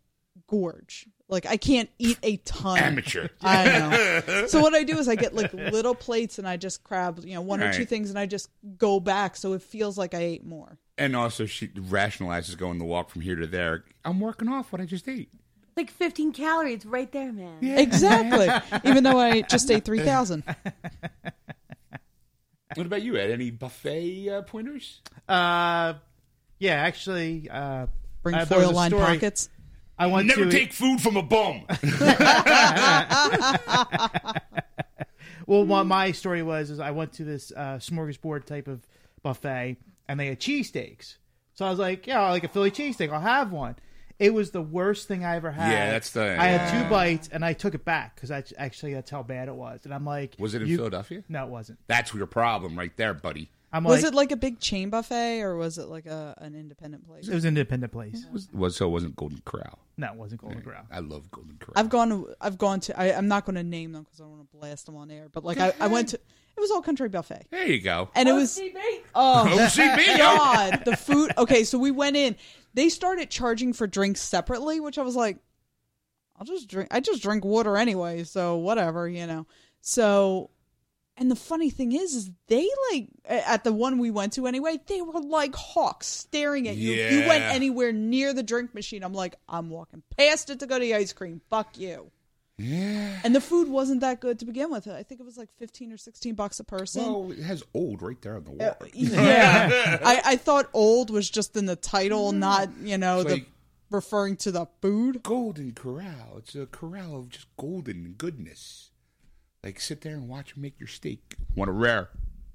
D: gorge. Like I can't eat a ton. <laughs>
A: Amateur.
D: I
A: <laughs>
D: know. So what I do is I get like little plates and I just grab you know one or two
A: Right.
D: things and I just go back so it feels like I ate more.
A: And also, she rationalizes going the walk from here to there. I'm working off what I just ate.
E: Like 15 calories right there, man.
D: Exactly. Even though I just ate
B: <laughs>
D: three thousand.
A: What about you, Ed? Any buffet uh, pointers?
B: Uh, yeah, actually, uh,
D: Bring
B: uh, there was
D: foil
B: a
D: line
B: story
D: pockets.
B: I want
A: Never
B: to
A: take food from a
B: <laughs>
A: bum.
B: Well, what my story was is I went to this uh, smorgasbord type of buffet, and they had cheesesteaks. So I was like, yeah, I like a Philly cheesesteak. I'll have one. It was the worst thing I ever had.
A: Yeah, that's the-
B: I had
A: yeah.
B: two bites and I took it back because I actually that's how bad it was. And I'm like,
A: Was it in
B: you-
A: Philadelphia?
B: No, it wasn't.
A: That's your problem, right there, buddy.
B: I'm
D: Was
B: like,
D: it like a big chain buffet or was it like a an independent place?
B: it was an independent place.
A: Was, was so it wasn't Golden Corral.
B: No, it wasn't Golden Corral.
A: I love Golden Corral.
D: I've gone. To, I've gone to. I, I'm not going to name them because I don't want to blast them on air. But like, I, I went to. It was all country buffet,
A: there you
D: <laughs>
A: go.
D: and it was
E: CB.
A: <laughs>
D: oh
A: OCB.
D: <laughs> god, the food. Okay, so we went in. They started charging for drinks separately, which I was like, I'll just drink. I just drink water anyway, so whatever, you know. So, and the funny thing is, is they like a- at the one we went to anyway, they were like hawks staring at you. If you went
A: Yeah.
D: anywhere near the drink machine, I'm like, I'm walking past it to go to the ice cream. Fuck you. Yeah. And the food wasn't that good to begin with. I think it was like 15 or 16 bucks a person.
A: Well, it has old right there on the wall.
D: Uh, oh, Yeah. I, I thought old was just in the title, not, you know,
A: It's
D: the
A: like-
D: referring to the food.
A: Golden Corral. It's a corral of just golden goodness. Like sit there and watch 'em make your steak. I want a rare.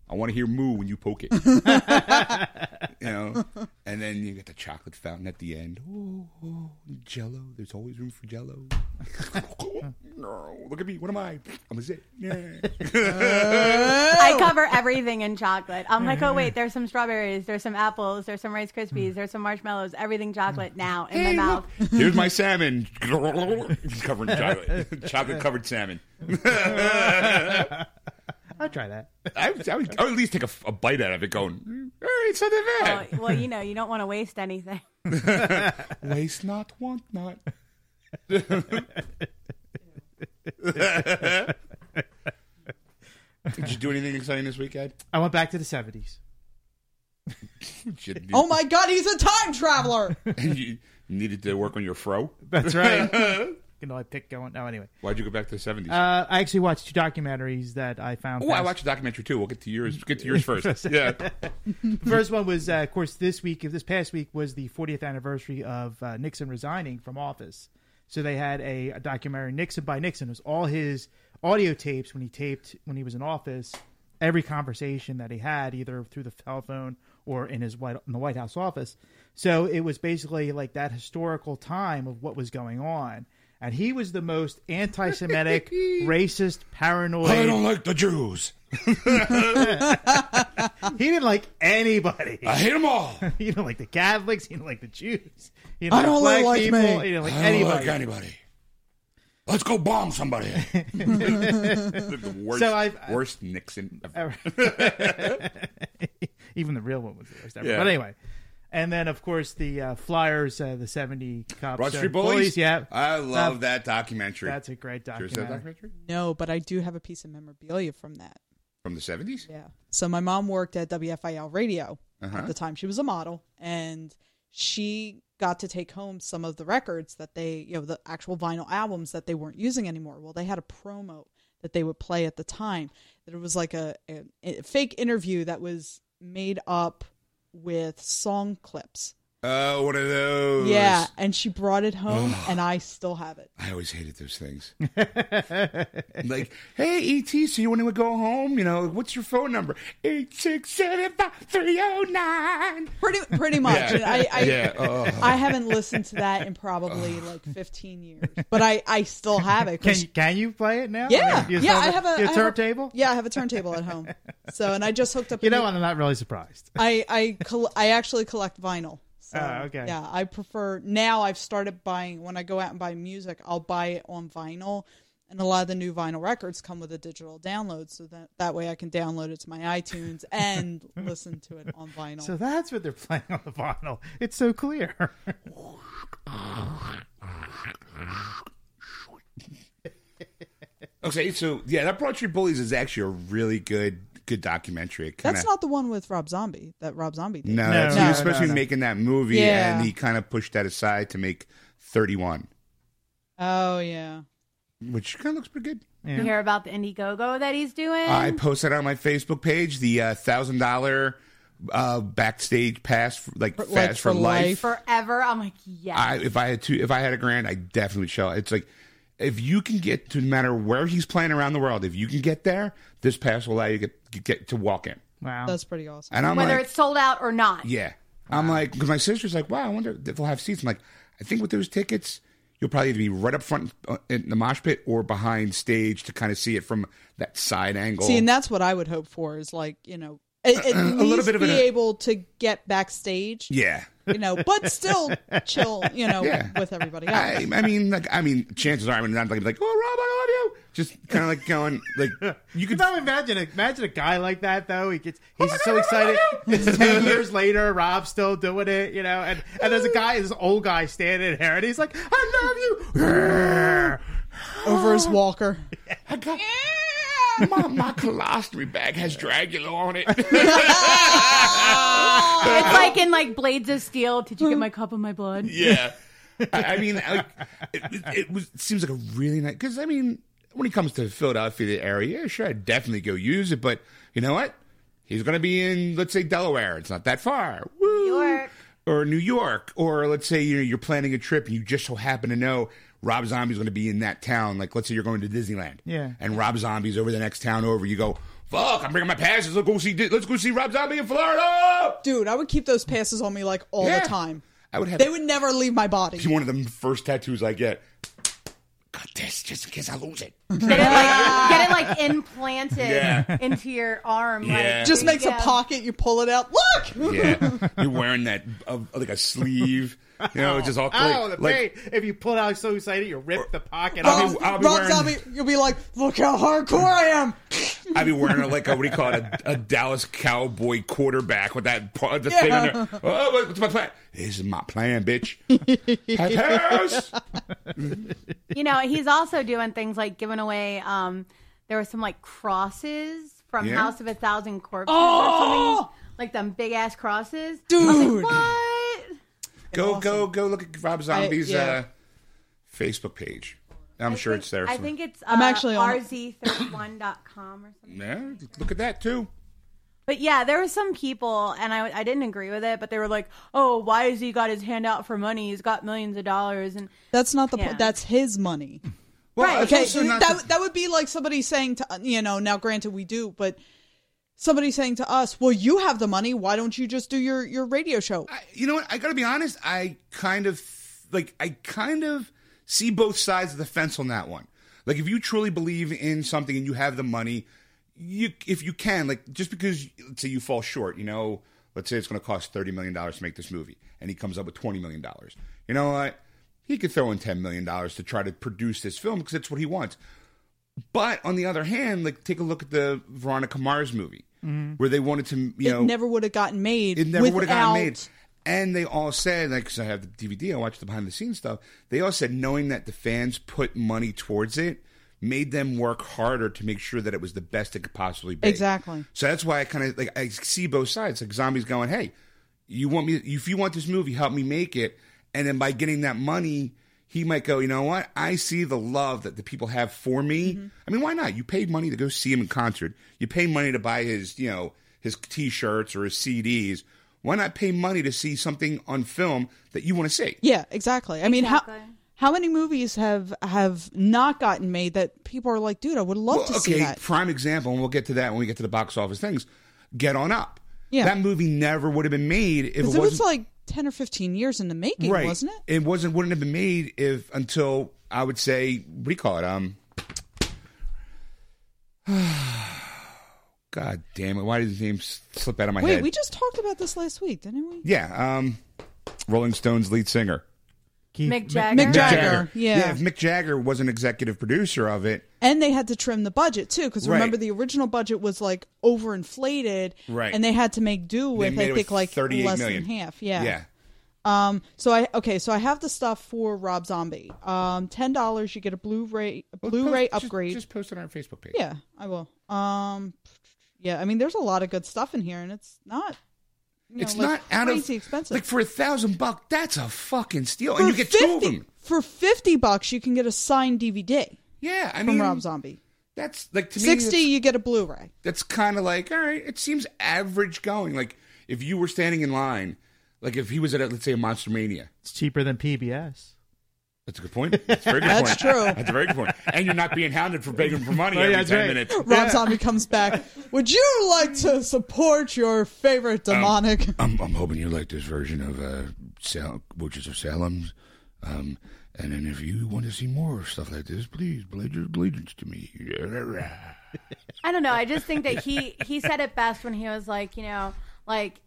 A: I want to hear moo when you poke it. <laughs> you know, and then you get the chocolate fountain at the end. Oh, oh, Jello. There's always room for Jello. no, look at me. What am I? I'm a zit. Yeah. Oh.
E: I cover everything in chocolate. I'm like, oh
A: Mm-hmm.
E: wait, there's some strawberries, there's some apples, there's some Rice
A: Mm.
E: Krispies, there's some marshmallows. Everything chocolate now in my mouth.
A: Here's my salmon. <laughs> covered in chocolate. chocolate covered salmon. <laughs>
B: I'll try that.
A: I, I, would, I would at least take a, a bite out of it going, "Mm, all right, it's not that bad.
E: Well, well, you know, you don't want to waste anything.
A: Waste not, want <laughs> not. Did you do anything exciting this weekend?
B: I went back to the 70s.
A: You, need-
D: Oh my God, he's a time traveler.
A: <laughs> you needed to work on your fro.
B: That's right.
A: <laughs>
B: you know, I picked going. No, anyway.
A: Why'd you go back to the seventies?
B: Uh, I actually watched two documentaries that I found.
A: oh, I
B: fasc-
A: watched a documentary too. We'll get to yours. Get to yours <laughs> first. Yeah,
B: First one was, uh, of course, this week. This past week was the 40th anniversary of uh, Nixon resigning from office. So they had a, a documentary, Nixon by Nixon. It was all his audio tapes when he taped when he was in office. Every conversation that he had, either through the telephone or in his white in the White House office. So it was basically like that historical time of what was going on. And he was the most
A: <laughs>
B: anti-Semitic, racist, paranoid
A: I don't like the Jews.
B: he didn't like anybody.
A: I hate them all. I
B: <laughs> He didn't like the Catholics. He didn't like the Jews. He didn't
D: I don't
B: black
D: like
B: people.
D: me.
B: He didn't like
A: don't
B: anybody.
A: like anybody. Let's go bomb
B: <laughs>
A: somebody. the worst,
B: So I've- Uh,
A: worst Nixon. Ever.
B: Even the real one was the worst ever.
A: Yeah.
B: But anyway, and then of course the uh, Flyers, uh, the seventy cops,
A: Broad
B: uh,
A: Street Bullies.
B: Yeah,
A: I love
B: Uh,
A: that documentary.
B: That's a great
A: Did you ever see that
B: documentary.
A: documentary?
D: No, but I do have a piece of memorabilia from that.
A: From the 70s?
D: Yeah. So my mom worked at WFIL radio
A: Uh-huh.
D: at the time. She was a model, and she got to take home some of the records that they, you know, the actual vinyl albums that they weren't using anymore. Well, they had a promo that they would play at the time. That it was like a, a, a fake interview that was made up with song clips.
A: Oh, one of those.
D: Yeah, and she brought it home, and I still have it.
A: I always hated those things. like, hey, E.T., so you want to go home? You know, what's your phone number? 8675309.
D: Pretty,
A: <laughs>
D: pretty much. And I, I,
A: yeah. oh.
D: I haven't listened to that in probably like 15 years, but I, I still have it. 'cause-
B: Can you, can you play it now?
D: yeah,
B: Like, you
D: yeah,
B: have
D: I have a
B: you have
D: I have
B: a
D: a-
B: turntable.
D: Yeah, I have a turntable at home. So, and I just hooked up.
B: You
D: a
B: know,
D: new-
B: what? I'm not really surprised. <laughs>
D: I I col- I actually collect vinyl. So,
B: Ah, okay.
D: Yeah, I prefer now. I've started buying when I go out and buy music, I'll buy it on vinyl, and a lot of the new vinyl records come with a digital download, so that that way I can download it to my iTunes and listen to it on vinyl.
B: So that's what they're <laughs> playing on the vinyl. It's so clear.
A: <laughs>
B: <laughs>
A: Okay, so yeah, that Broad Street Bullies is actually a really good good documentary. It
D: That's
A: kinda-
D: not the one with Rob Zombie that Rob Zombie did.
A: No,
B: No,
A: that's-
B: no,
A: he was
B: no,
A: supposed to be
B: no.
A: making that movie,
D: Yeah.
A: and he kind of pushed that aside to make 31,
D: Oh yeah.
A: which kind of looks pretty good.
E: You hear about the Indiegogo that he's doing?
A: I posted on my Facebook page the uh, thousand dollar uh, backstage pass, for, like
D: For-
A: fast
D: like,
A: for,
D: for
A: life.
D: life.
E: Forever. I'm like, yes.
A: I if I had two, if I had a grand, I definitely shall. It's like if you can get to no matter where he's playing around the world, if you can get there, this pass will allow you to get, get to walk in.
B: Wow.
D: That's pretty awesome.
A: And I'm
E: Whether
A: like,
E: it's sold out or not.
A: yeah, I'm like, because my sister's like, wow, I wonder if they'll have seats. I'm like, I think with those tickets. You'll probably be right up front uh, in the mosh pit or behind stage to kind of see it from that side angle.
D: See, and that's what I would hope for is like, you know,
A: <clears throat>
D: at, at
A: little
D: least
A: bit of
D: be
A: an-
D: able to get backstage,
A: yeah.
D: you
A: <laughs>
D: know, but still chill, you know,
A: Yeah.
D: with everybody else.
A: I, I mean, like, I mean, chances are I'm not like, like, oh, Rob, I love you. Just kind of like going, like, you
B: <laughs> You
A: could.
B: know, imagine a, imagine a guy like that though. He gets
E: Oh
B: he's
A: my
B: so
A: God, I
B: excited.
A: love
B: It's ten years later. Rob's still doing it, you know. And and there's a guy, this old guy, standing there, and he's like, "I love you."
D: Over
A: Oh.
D: his walker.
A: I got, my, my colostomy bag has Dracula on it. <laughs>
E: It's like in like Blades of Steel. Did you get my cup of my blood?
A: yeah. <laughs> I, I mean, I, it, it was it seems like a really nice because I mean, when it comes to Philadelphia area, yeah, sure, I'd definitely go use it. But you know what? He's going to be in, let's say, Delaware. It's not that far. Woo!
E: York.
A: Or New York. Or let's say you're, you're planning a trip and you just so happen to know Rob Zombie's going to be in that town. Like, let's say you're going to Disneyland.
B: Yeah.
A: And Rob Zombie's over the next town over. You go, fuck, I'm bringing my passes. Let's go see, Di- let's go see Rob Zombie in Florida.
D: Dude, I would keep those passes on me like all
A: Yeah.
D: the time.
A: I would have
D: They would never leave my body.
A: one of the first tattoos I get. Got this just in case I lose
B: <laughs>
A: it.
E: Get it like, get it like implanted
A: Yeah.
E: into your arm.
A: Yeah.
E: Like,
D: Just makes
E: yeah.
D: a pocket, you pull it out. Look!
A: Yeah, you're wearing that uh, like a sleeve. You know, it's just all like,
B: Oh, the
A: like
B: pain! If you pull out so excited, you rip the pocket
A: I'll
B: off.
A: be-
D: Rob,
A: I'll be
D: Rob
A: wearing-
D: Zombie, you'll be like, look how hardcore I am.
A: I'd be wearing a, like a what do you call it? A, a Dallas Cowboy quarterback with that pa- the thing on
D: Yeah.
A: there. Oh, what- what's my plan? This is my plan, bitch.
B: <laughs>
A: Tattoos.
E: you know, he's also doing things like giving away. Um, there were some like crosses from
A: Yeah.
E: House of a Thousand Corpses or
D: Oh!
E: something, like them big ass crosses.
D: Dude.
E: What?
A: Go
D: Awesome.
A: go go! Look at Rob Zombie's
D: yeah.
A: uh, Facebook page. I'm sure
E: think-
A: it's there.
E: I
A: some-
E: think it's uh,
D: I'm actually on it.
E: rz31.com or something.
A: Yeah, look at that too.
E: But yeah, there were some people, and I, I didn't agree with it, but they were like, "Oh, why has he got his hand out for money? He's got millions of dollars." And
D: That's not the
E: Yeah.
D: point. That's his money.
A: Well,
E: Right,
A: it's
D: Okay,
A: also not
D: that,
A: the-
D: that would be like somebody saying to you know now granted we do but somebody saying to us well you have the money why don't you just do your your radio show
A: I- you know what? I got to be honest. I kind of like. I kind of see both sides of the fence on that one. Like, if you truly believe in something and you have the money, you if you can, like, just because let's say you fall short, you know, let's say it's going to cost thirty million dollars to make this movie, and he comes up with twenty million dollars. You know what? He could throw in ten million dollars to try to produce this film because it's what he wants. But on the other hand, like, take a look at the Veronica Mars movie, where they wanted to, you
D: Mm-hmm. it
A: know,
D: never would have gotten made
A: it never would have gotten
D: without-
A: made. And they all said, like, because I have the DVD, I watched the behind the scenes stuff. They all said, knowing that the fans put money towards it, made them work harder to make sure that it was the best it could possibly be.
D: Exactly.
A: So that's why I kind of like I see both sides. Like zombies going, "Hey, you want me? If you want this movie, help me make it." And then by getting that money, he might go, "You know what? I see the love that the people have for me.
D: Mm-hmm.
A: I mean, why not? You paid money to go see him in concert. You pay money to buy his, you know, his T-shirts or his CDs. Why not pay money to see something on film that you want to see?"
D: Yeah, exactly. I mean, how
E: Exactly.
D: how many movies have have not gotten made that people are like, dude, I would love
A: Well,
D: to
A: okay,
D: see that.
A: prime example, and we'll get to that when we get to the box office things. Get on up.
D: Yeah.
A: That movie never would have been made if it
D: Because
A: wasn't
D: it was like ten or fifteen years in the making,
A: right.
D: wasn't it?
A: It wasn't wouldn't have been made if until I would say what do you call it? Um <sighs> God damn it. Why did the name s- slip out of my
D: Wait,
A: head?
D: we just talked about this last week, didn't we?
A: yeah, um Rolling Stones lead singer.
B: Keith,
E: Mick Jagger.
D: Mick Jagger. Yeah.
A: if Mick Jagger was an executive producer of it,
D: And they had to trim the budget too, because
A: Right.
D: remember the original budget was like overinflated,
A: Right.
D: And they had to make do
A: they
D: with,
A: made
D: I
A: it
D: think,
A: with
D: like
A: 38
D: less
A: million.
D: than half. Yeah.
A: Yeah.
D: Um. So I okay. So I have the stuff for Rob Zombie. Um. Ten dollars, you get a Blu-ray a Blu-ray
A: Post- just-
D: upgrade.
A: Just, post it on our Facebook page.
D: Yeah, I will. Um, yeah, I mean, there's a lot of good stuff in here, and it's not. You know,
A: it's
D: like,
A: not out
D: crazy
A: of
D: expensive.
A: Like for a thousand bucks, that's a fucking steal,
D: For
A: and you get two of them.
D: For fifty bucks, you can get a signed DVD
A: Yeah, I
D: from
A: mean,
D: Rob Zombie.
A: that's like to me that's-
D: Sixty, you get a Blu-ray.
A: that's kind of like all right it seems average going like if you were standing in line like if he was at let's say a monster mania
B: It's cheaper than PBS.
A: that's a good point that's a very good
D: That's
A: point
D: true.
A: that's a very good point and you're not being hounded for begging for money
B: <laughs> Oh, yeah,
A: every
B: that's
A: 10
B: right.
A: minutes
D: Rob Zombie comes back. Would you like to support your favorite
A: Um,
D: demonic?
A: I'm, I'm hoping you like this version of uh, Sal- Witches of Salem. Um, and then if you want to see more stuff like this, please pledge your allegiance to me. <laughs>
E: I don't know. I just think that he he said it best when he was like, you know, like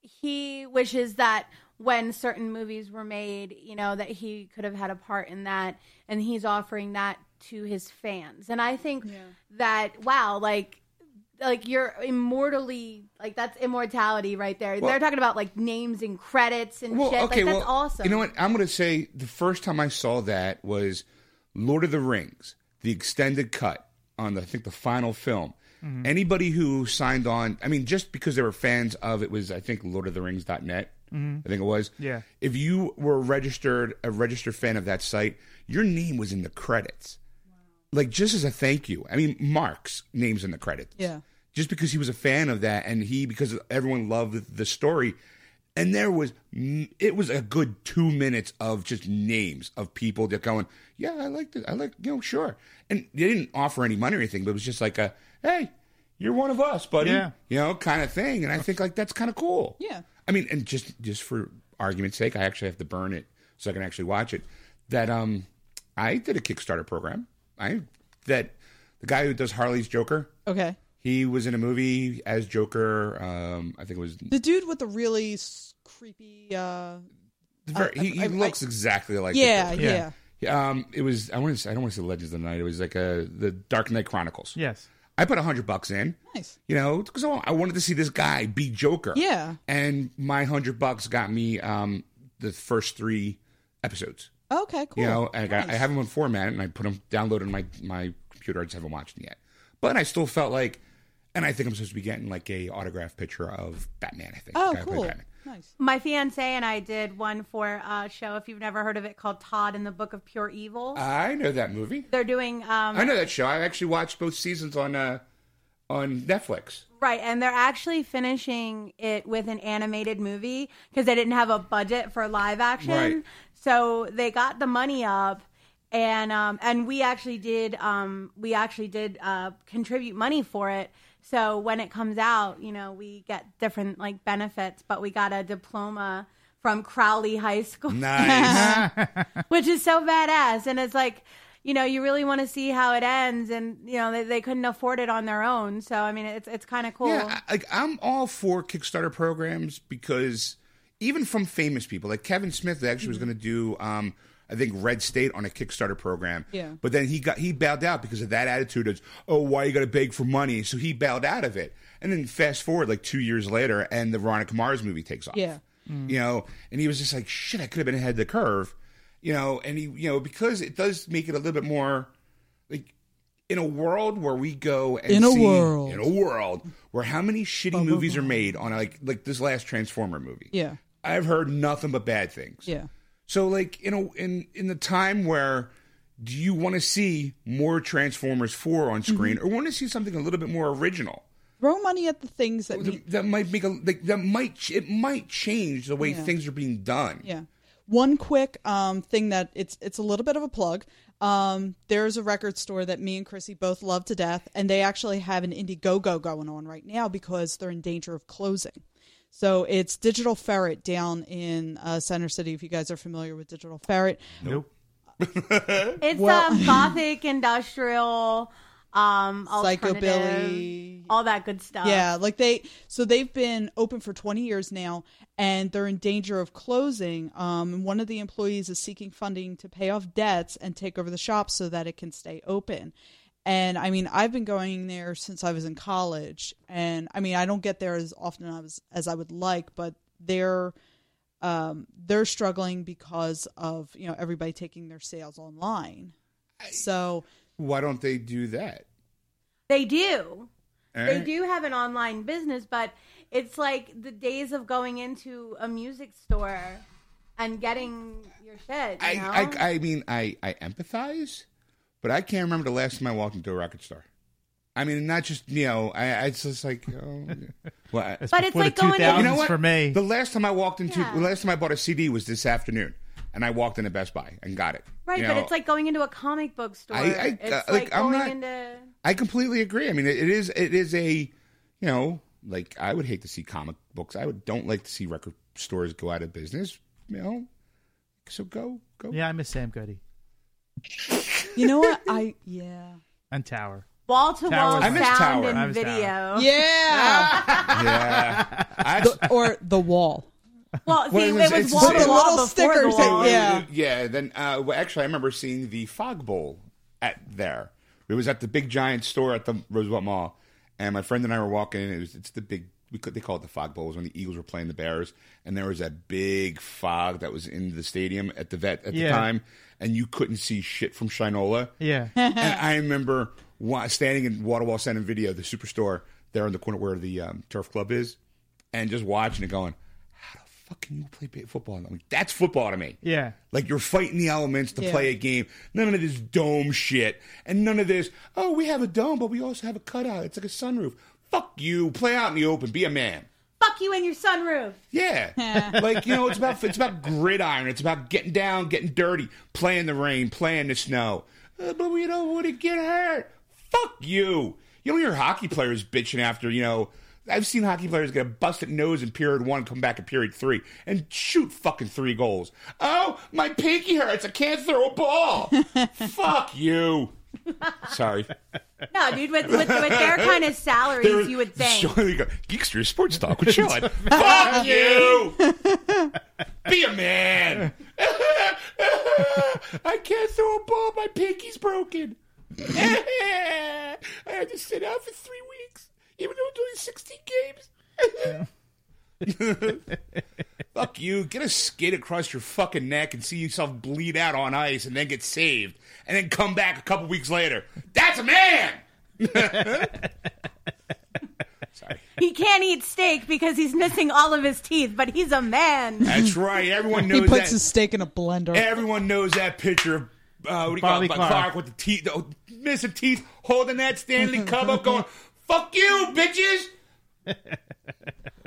E: he wishes that when certain movies were made, you know, that he could have had a part in that, and he's offering that to his fans. And I think that wow, like like you're immortally like that's immortality right there.
A: Well-
E: They're talking about like names and credits and shit. like that's awesome.
A: You know what? I'm going to say the first time I saw that was Lord of the Rings, the extended cut on the, I think the final film. Anybody who signed on, I mean, just because they were fans of it was I think LordofTheRings.net. I think it was.
B: Yeah.
A: If you were registered a registered fan of that site, your name was in the credits. Like just as a thank you. I mean, Mark's name's in the credits
D: Yeah.
A: just because he was a fan of that and he because everyone loved the story and there was it was a good two minutes of just names of people that going yeah i like it i like you know sure and they didn't offer any money or anything but it was just like a hey you're one of us buddy
B: Yeah.
A: you know kind of thing and i think like that's kind of cool
D: Yeah.
A: i mean and just just for argument's sake i actually have to burn it so i can actually watch it that um i did a kickstarter program i that the guy who does harley's joker
D: <laughs> Okay.
A: he was in a movie as Joker. Um, I think it was.
D: The dude with the really s- creepy. Uh,
A: Very, he he
D: I- I-
A: looks exactly like. the
D: yeah, yeah,
A: Joker. Um, it was. I want to. Say, I don't want to say Legends of the Night. It was like uh the Dark Knight Chronicles.
B: Yes.
A: I put a hundred bucks in.
D: Nice.
A: You know, because I wa- I wanted to see this guy be Joker.
D: Yeah.
A: And my hundred bucks got me um the first three episodes.
D: Okay. Cool.
A: You know, and I, got, I
D: Oh, Nice.
A: have them on format, and I put them downloaded on my my computer. I just haven't watched them yet. But I still felt like, and I think I'm supposed to be getting like a autographed picture of Batman. I think.
D: Oh,
A: Guy who played
D: cool.
A: Batman.
D: Nice.
E: My fiance and I did one for a show, if you've never heard of it, called Todd and the Book of Pure Evil.
A: I know that movie.
E: They're doing um,
A: I know that show. I actually watched both seasons on uh, on
D: <laughs>
A: Netflix.
E: Right, and they're actually finishing it with an animated movie because they didn't have a budget for live action.
A: Right.
E: So they got the money up, and um, and we actually did um, we actually did uh, contribute money for it. So when it comes out, you know, we get different like benefits, but we got a diploma from Crowley High School
A: Nice.
E: which is so badass. And it's like, you know, you really want to see how it ends, and you know they, they couldn't afford it on their own. So I mean, it's it's kind of cool.
A: yeah, I, like I'm all for Kickstarter programs because even from famous people like Kevin Smith actually
D: Mm-hmm.
A: was going to do um, I think Red State on a Kickstarter program.
D: Yeah.
A: But then he got he bowed out because of that attitude of oh why you got to beg for money so he bowed out of it and then fast forward like two years later and the Veronica Mars movie takes off.
D: Yeah.
A: you know and he was just like shit i could have been ahead of the curve you know and he you know because it does make it a little bit more in a world where we go and
D: In a
A: see-
D: world.
A: in a world where how many shitty movies are made on like like this last Transformer movie.
D: Oh, Yeah.
A: I've heard nothing but bad things.
D: Yeah.
A: So like in a in in the time where do you want to see more Transformers 4
D: Mm-hmm.
A: on screen or want to see something a little bit more original?
D: Throw money at the things that mean.
A: That might make a like that might ch- it might change the way things are being done.
D: Yeah. One quick um, thing that it's it's a little bit of a plug. Um, there's a record store that me and Chrissy both love to death, and they actually have an Indiegogo going on right now because they're in danger of closing. So it's Digital Ferret down in uh, Center City. If you guys are familiar with Digital Ferret,
B: Nope.
E: It's
D: Well-
E: um, gothic, industrial, um, alternative,
D: Psychobilly.
E: all that good stuff.
D: Yeah, like they so they've been open for 20 years now and they're in danger of closing. Um and one of the employees is seeking funding to pay off debts and take over the shop so that it can stay open. And I mean, I've been going there since I was in college and I mean, I don't get there as often as as I would like, but they're um they're struggling because of, you know, everybody taking their sales online. So
A: Why don't they do that?
E: they do. They
A: Eh?
E: do have an online business, but it's like the days of going into a music store and getting your shit. You know?
A: I, I I mean I I empathize, but I can't remember the last time I walked into a record store. I mean, not just you know, I, I it's just like, oh, yeah. well, I-
B: That's
E: But it's
B: before
E: like
B: the
E: going in-
B: 2000s
A: you know what?
B: for me.
A: The last time I walked into,
E: Yeah.
A: the last time I bought a CD was this afternoon, and I walked into Best Buy and got it.
E: right,
A: You
E: but
A: know,
E: it's like going into a comic book store.
A: I- I-
E: it's
A: uh,
E: like,
A: like, I'm
E: going
A: not-
E: into.
A: I completely agree. I mean, it, it is it is a, you know, like I would hate to see comic books. I would don't like to see record stores go out of business. You know, so go
E: <laughs>
A: go.
B: Yeah, I miss Sam Goody
D: you know what? I yeah.
B: and Tower.
E: Wall to wall
B: Towers. I
A: miss
E: sound
A: Tower.
B: I
E: and
B: miss Tower.
E: video.
D: Yeah.
A: Yeah. I,
D: or the wall.
E: Well,
A: Well, it
E: see, it
A: was-
E: was,
A: it's-
E: wall to
A: it's-
E: wall
D: Little
E: before the
D: stickers that-
E: wall.
D: yeah.
A: Oh, yeah. Then uh, well, actually, I remember seeing the fog bowl at there. It was at the big giant store at the Roosevelt Mall, and my friend and I were walking. And it was it's the big we could, they call it the fog bowl. It was when the Eagles were playing the Bears, and there was that big fog that was in the stadium at the vet at
B: Yeah.
A: the time, and you couldn't see shit from Shinola.
B: Yeah.
E: <laughs>
A: and I remember wa- standing in Waterwall Center Video, the superstore there in the corner where the um, turf club is, and just watching it, going, "How the fuck can you play ba- football?" I'm like, "That's football to me."
B: Yeah.
A: Like you're fighting the elements to
D: Yeah.
A: play a game. None of this dome shit, and none of this. Oh, we have a dome, but we also have a cutout. It's like a sunroof. Fuck you. Play out in the open. Be a man.
E: Fuck you and your sunroof.
A: Yeah, like you know, it's about it's about gridiron. It's about getting down, getting dirty, playing the rain, playing the snow. Uh, but we don't want to get hurt. Fuck you. You don't hear hockey players bitching after you know. I've seen hockey players get a busted nose in period one, come back in period three, and shoot fucking three goals. Oh, my pinky hurts. I can't throw a ball. Fuck you. Sorry.
E: No, dude, with, with, with their kind of salaries, you
A: <laughs>
E: would think.
A: So there you go. Geekster Sports Talk with Sean. Fuck you! Be a man! <laughs> I can't throw a ball. My pinky's broken. <laughs> I had to sit out for three weeks, even though it's only 16 games. <laughs> Fuck you. Get a skid across your fucking neck and see yourself bleed out on ice and then get saved and then come back a couple weeks later. That's a man!
E: He can't eat steak because he's missing all of his teeth, but he's a
A: <laughs>
E: man.
A: That's right. Everyone
D: He
A: knows
D: puts
A: that.
D: his steak in a blender.
A: Everyone knows that picture of uh, what do you
B: Bobby
A: call it?
B: Clark.
A: Clark with the teeth, the missing teeth, holding that
B: <laughs>
A: Stanley Cup up, going "fuck you, bitches."
E: I'm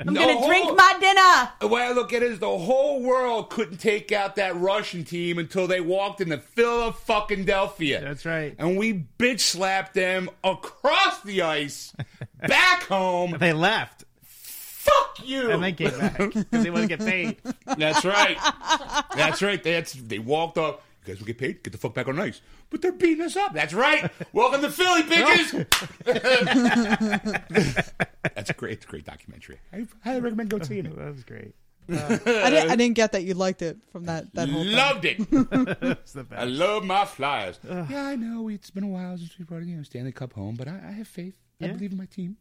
A: Oh,
E: gonna drink my dinner.
A: The way I look at it is the whole world couldn't take out that Russian team until they walked into Philadelphia.
B: That's right.
A: And we bitch slapped them across the ice, back
B: <laughs>
A: home.
B: They left
A: Fuck you.
B: and then came back because they want to get paid.
A: That's
B: <laughs>
A: right. That's right. That's they walked off. You guys will get paid. Get the fuck back on ice. But they're beating us up. That's right. Welcome to
B: <laughs>
A: Philly, bitches. <laughs> That's a great. It's a great documentary. I highly recommend go seeing it.
B: That was great.
D: I, didn't, I didn't get that you liked it from that that whole. Thing.
A: Loved it.
B: <laughs> It's the
A: I
B: best.
A: love my flyers. Yeah, I know it's been a while since we brought you know Stanley Cup home, but I, I have faith. I
B: Yeah.
A: believe in my team.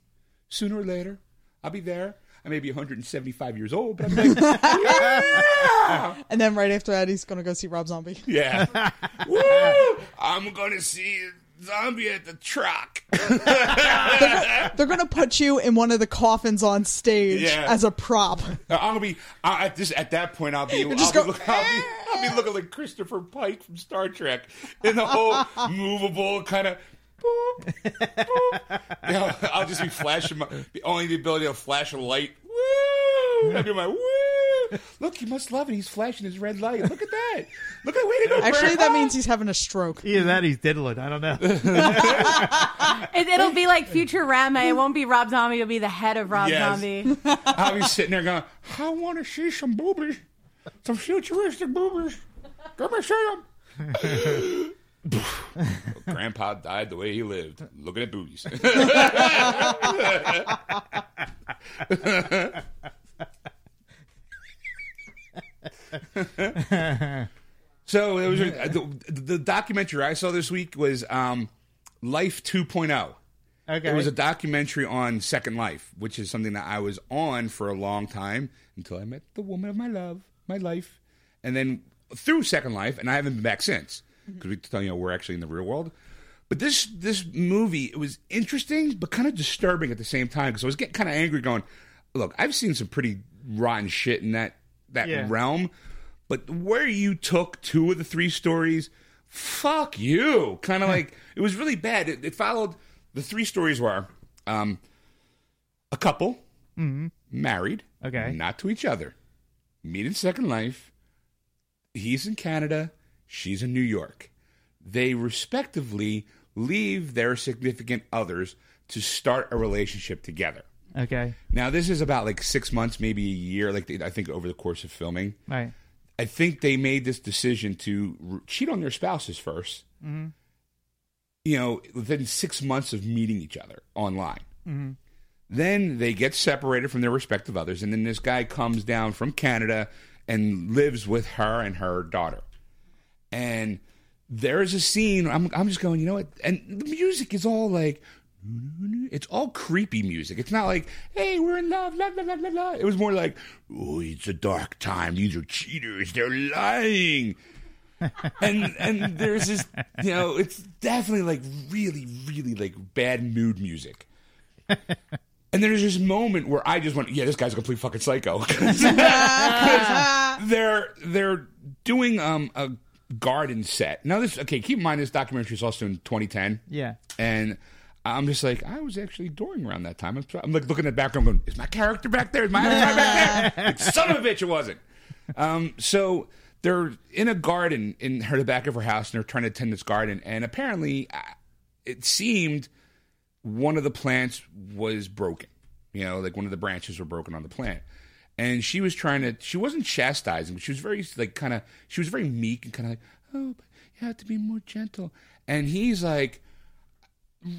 A: Sooner or later, I'll be there. I may be 175 years old, but I'm like, <laughs>
D: And then right after that, he's gonna go see Rob Zombie.
A: yeah, woo! I'm gonna see zombie at the truck.
D: <laughs> They're gonna put you in one of the coffins on stage
A: Eh? Yeah.
D: as a prop.
A: I'll be I, at this at that point. I'll be I'll,
D: just
A: be
D: go,
A: look, I'll, be, I'll be looking like Christopher Pike from Star Trek in the whole movable kind of. Boop, boop. You know, I'll just be flashing my, the only the ability to flash a light. Woo! I'll do my woo. Look, he must love it. He's flashing his red light. Look at that. Look at the way to go.
D: Actually,
A: Grandpa.
D: that means he's having a stroke.
B: Either that, or he's diddling. I <laughs> don't know.
E: It, it'll be like Futurama. It won't be Rob Zombie. It'll be the head of Rob
A: Yes.
E: Zombie.
A: <laughs> I'll be sitting there going, I want to see some boobies, some futuristic boobies. Come and see them. <laughs> Grandpa died the way he lived, looking at boobies. <laughs> so it was the, the documentary I saw this week was um, Life oh. 2.0.
B: Okay.
A: It was a documentary on Second Life, which is something that I was on for a long time until I met the woman of my love, my life, and then through Second Life, and I haven't been back since because we tell you know, we're actually in the real world. But this this movie it was interesting but kind of disturbing at the same time because I was getting kind of angry, going, "Look, I've seen some pretty rotten shit in that that
B: Yeah.
A: realm, but where you took two of the three stories, fuck you. Kind of like it was really bad. It, it followed the three stories were um, a couple married,
B: Mm-hmm. Okay.
A: not to each other, meet in Second Life. He's in Canada, she's in New York. They respectively leave their significant others to start a relationship together.
B: okay.
A: Now, this is about like six months, maybe a year, like I think over the course of filming.
B: All right.
A: I think they made this decision to r- cheat on their spouses 1st You know, within six months of meeting each other online. Then they get separated from their respective others, and then this guy comes down from Canada and lives with her and her daughter. And there is a scene. I'm I'm just going, you know what? And the music is all like. It's all creepy music. It's not like, hey, we're in love, la la la la la. It was more like, oh, it's a dark time. These are cheaters. They're lying. <laughs> and and there's this, you know, it's definitely like really, really like bad mood music. And there's this moment where I just went, yeah, this guy's a complete fucking psycho. <laughs> they're they're doing um a garden set. Now this okay, keep in mind this documentary is also in 2010.
B: Yeah.
A: And I'm just like, I was actually dooring around that time. I'm, I'm like looking at the background going, is my character back there? Is my avatar back there? Like, Son of a bitch, it wasn't. Um, so they're in a garden in her the back of her house and they're trying to tend this garden. And apparently, uh, it seemed one of the plants was broken. You know, like one of the branches were broken on the plant. And she was trying to, she wasn't chastising, but she was very, like, kind of, she was very meek and kind of like, oh, but you have to be more gentle. And he's like,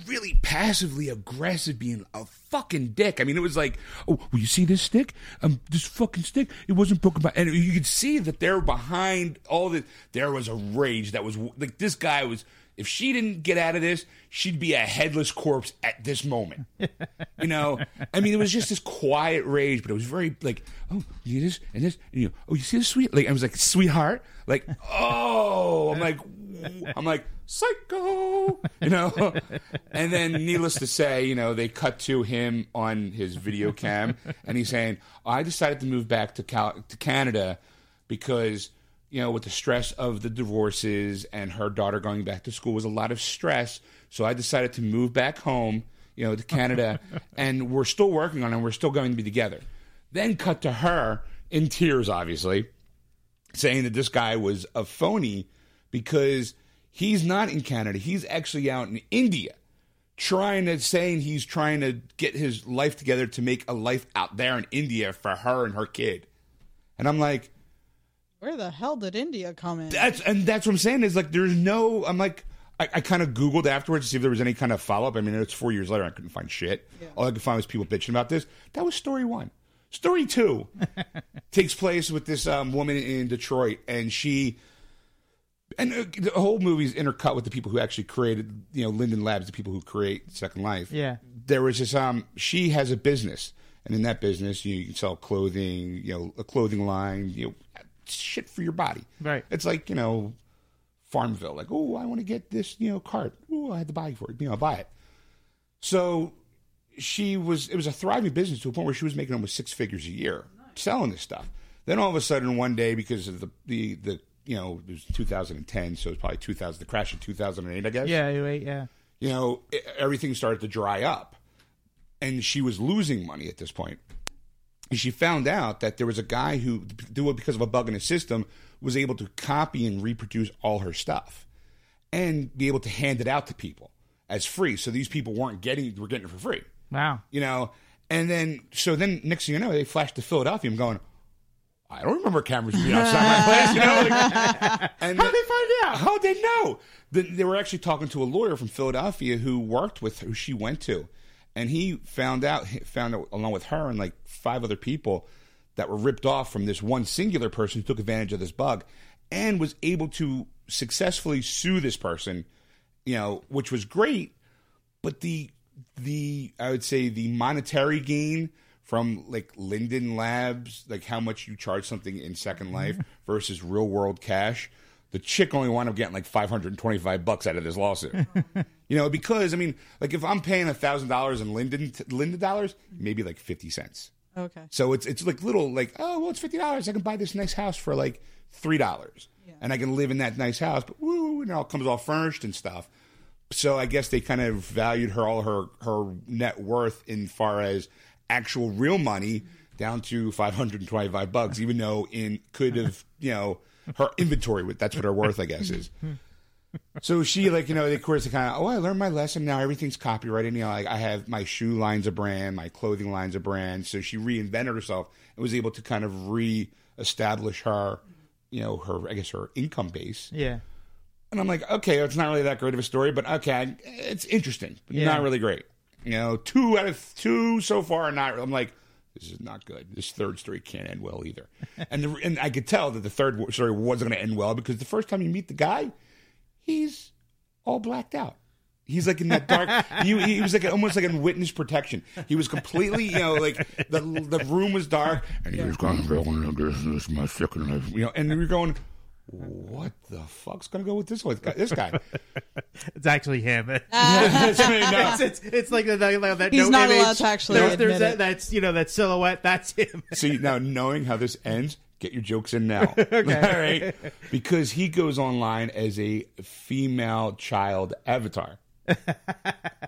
A: really passively aggressive being a fucking dick. I mean, it was like, oh, well, you see this stick? Um, this fucking stick, it wasn't broken by, and you could see that they're behind all this. There was a rage that was like, this guy was, if she didn't get out of this, she'd be a headless corpse at this moment. You know, I mean, it was just this quiet rage, but it was very like, oh, you this and this, and you, know, oh, you see this sweet, like I was like, sweetheart, like, oh, I'm like, w- I'm like, psycho, you know, and then needless to say, you know, they cut to him on his video cam, and he's saying, I decided to move back to Cal- to Canada because you know, with the stress of the divorces and her daughter going back to school was a lot of stress. So I decided to move back home, you know, to Canada, and we're still working on it. We're still going to be together. Then cut to her in tears, obviously, saying that this guy was a phony because he's not in Canada. He's actually out in India trying to saying he's trying to get his life together to make a life out there in India for her and her kid. And I'm like,
D: Where the hell did India come in?
A: that's and that's what I'm saying is like there's no I'm like I, I kind of googled afterwards to see if there was any kind of follow up. I mean it's four years later I couldn't find shit. All I could find was people bitching about this. That was story one. Story two takes place with this um, woman in Detroit and she and uh, the whole movie's intercut with the people who actually created you know Linden Labs, the people who create Second Life
B: Yeah.
A: there was this um she has a business and in that business you, can sell clothing you know a clothing line you know shit for your body
B: Right.
A: it's like you know Farmville. Like, oh, I want to get this, you know, cart. Oh, I had to buy for it. You know, buy it. So she was. It was a thriving business to a point where she was making almost six figures a year selling this stuff. Then all of a sudden, one day, because of the the the you know, it was 2010, so it was probably 2000. The crash in 2008, I guess
B: Yeah, wait, yeah.
A: you know, e- everything started to dry up. And she was losing money at this point. And she found out that there was a guy who, do it because of a bug in his system, was able to copy and reproduce all her stuff and be able to hand it out to people as free. So these people weren't getting, were getting it for free,
B: Wow.
A: you know? And then, so then next thing you know, they flashed to Philadelphia and going, I don't remember cameras being outside my place, you know?
B: <laughs>
A: Like, and
B: How did they find out?
A: how did they know? They, they were actually talking to a lawyer from Philadelphia who worked with who she went to, and he found out found out along with her and like five other people that were ripped off from this one singular person who took advantage of this bug, and was able to successfully sue this person, you know, which was great. But the the I would say the monetary gain from like Linden Labs, like how much you charge something in Second Life versus real world cash, the chick only wound up getting like five hundred and twenty five bucks out of this lawsuit. you know, because I mean, like if I'm paying a thousand dollars in Linden Linden dollars, maybe like fifty cents.
D: Okay.
A: So it's it's like little like oh well it's fifty dollars I can buy this nice house for like three dollars and I can live in that nice house but woo and it all comes all furnished and stuff. So I guess they kind of valued her all her her net worth in far as actual real money down to five hundred and twenty five bucks even though in could have you know her inventory with that's what her worth I guess is. So she like you know of course kind of oh I learned my lesson now everything's copyrighted you know like I have my shoe lines a brand my clothing lines a brand so she reinvented herself and was able to kind of re-establish her you know her I guess her income base
B: Yeah.
A: and I'm like okay it's not really that great of a story but okay it's interesting but
B: Yeah.
A: not really great you know two out of two so far are not I'm like this is not good this third story can't end well either and the, and I could tell that the third story wasn't going to end well because the first time you meet the guy he's all blacked out. He's like in that dark. he, he was like almost like in witness protection. He was completely, you know, like the the room was dark, and he was going, "Well, "This is my second life," you know. And we were going, "What the fuck's gonna go with this one? This guy?" <laughs>
B: It's actually
D: <laughs>
B: him. <laughs>
A: So, you know,
B: it's, it's, it's like the, the, like that
D: He's
B: no
D: not
B: image.
D: allowed to actually
B: There's-
D: admit
B: there's that,
D: it.
B: That's you know that silhouette. That's him. <laughs>
A: See now, knowing how this ends, get your jokes in now. All right, because he goes online as a female child
B: <laughs>
A: avatar.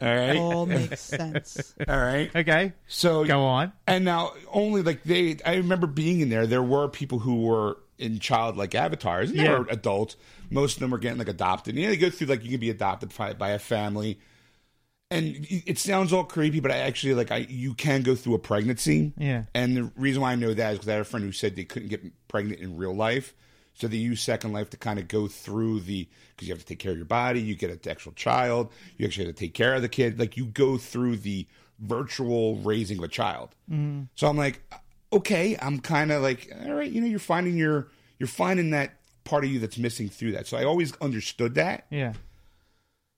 A: All right, all
D: All
A: <laughs>
D: makes sense.
A: right.
B: Oh. Okay.
A: So
B: Go on.
A: And now only like they I remember being in there, there were people who were in childlike avatars. And they
B: Yeah.
A: were adults. Most of them were getting like adopted. Yeah, they go through like you can be adopted by, by a family. And y- it sounds all creepy, but I actually like I you can go through a pregnancy.
B: Yeah.
A: And the reason why I know that is because I had a friend who said they couldn't get pregnant in real life. So they use Second Life to kind of go through the because you have to take care of your body, you get an actual child, you actually have to take care of the kid. Like you go through the virtual raising of a child. So I'm like, uh, okay, I'm kind of like, all right, you know, you're finding your you're finding that part of you that's missing through that. So I always understood that.
B: Yeah.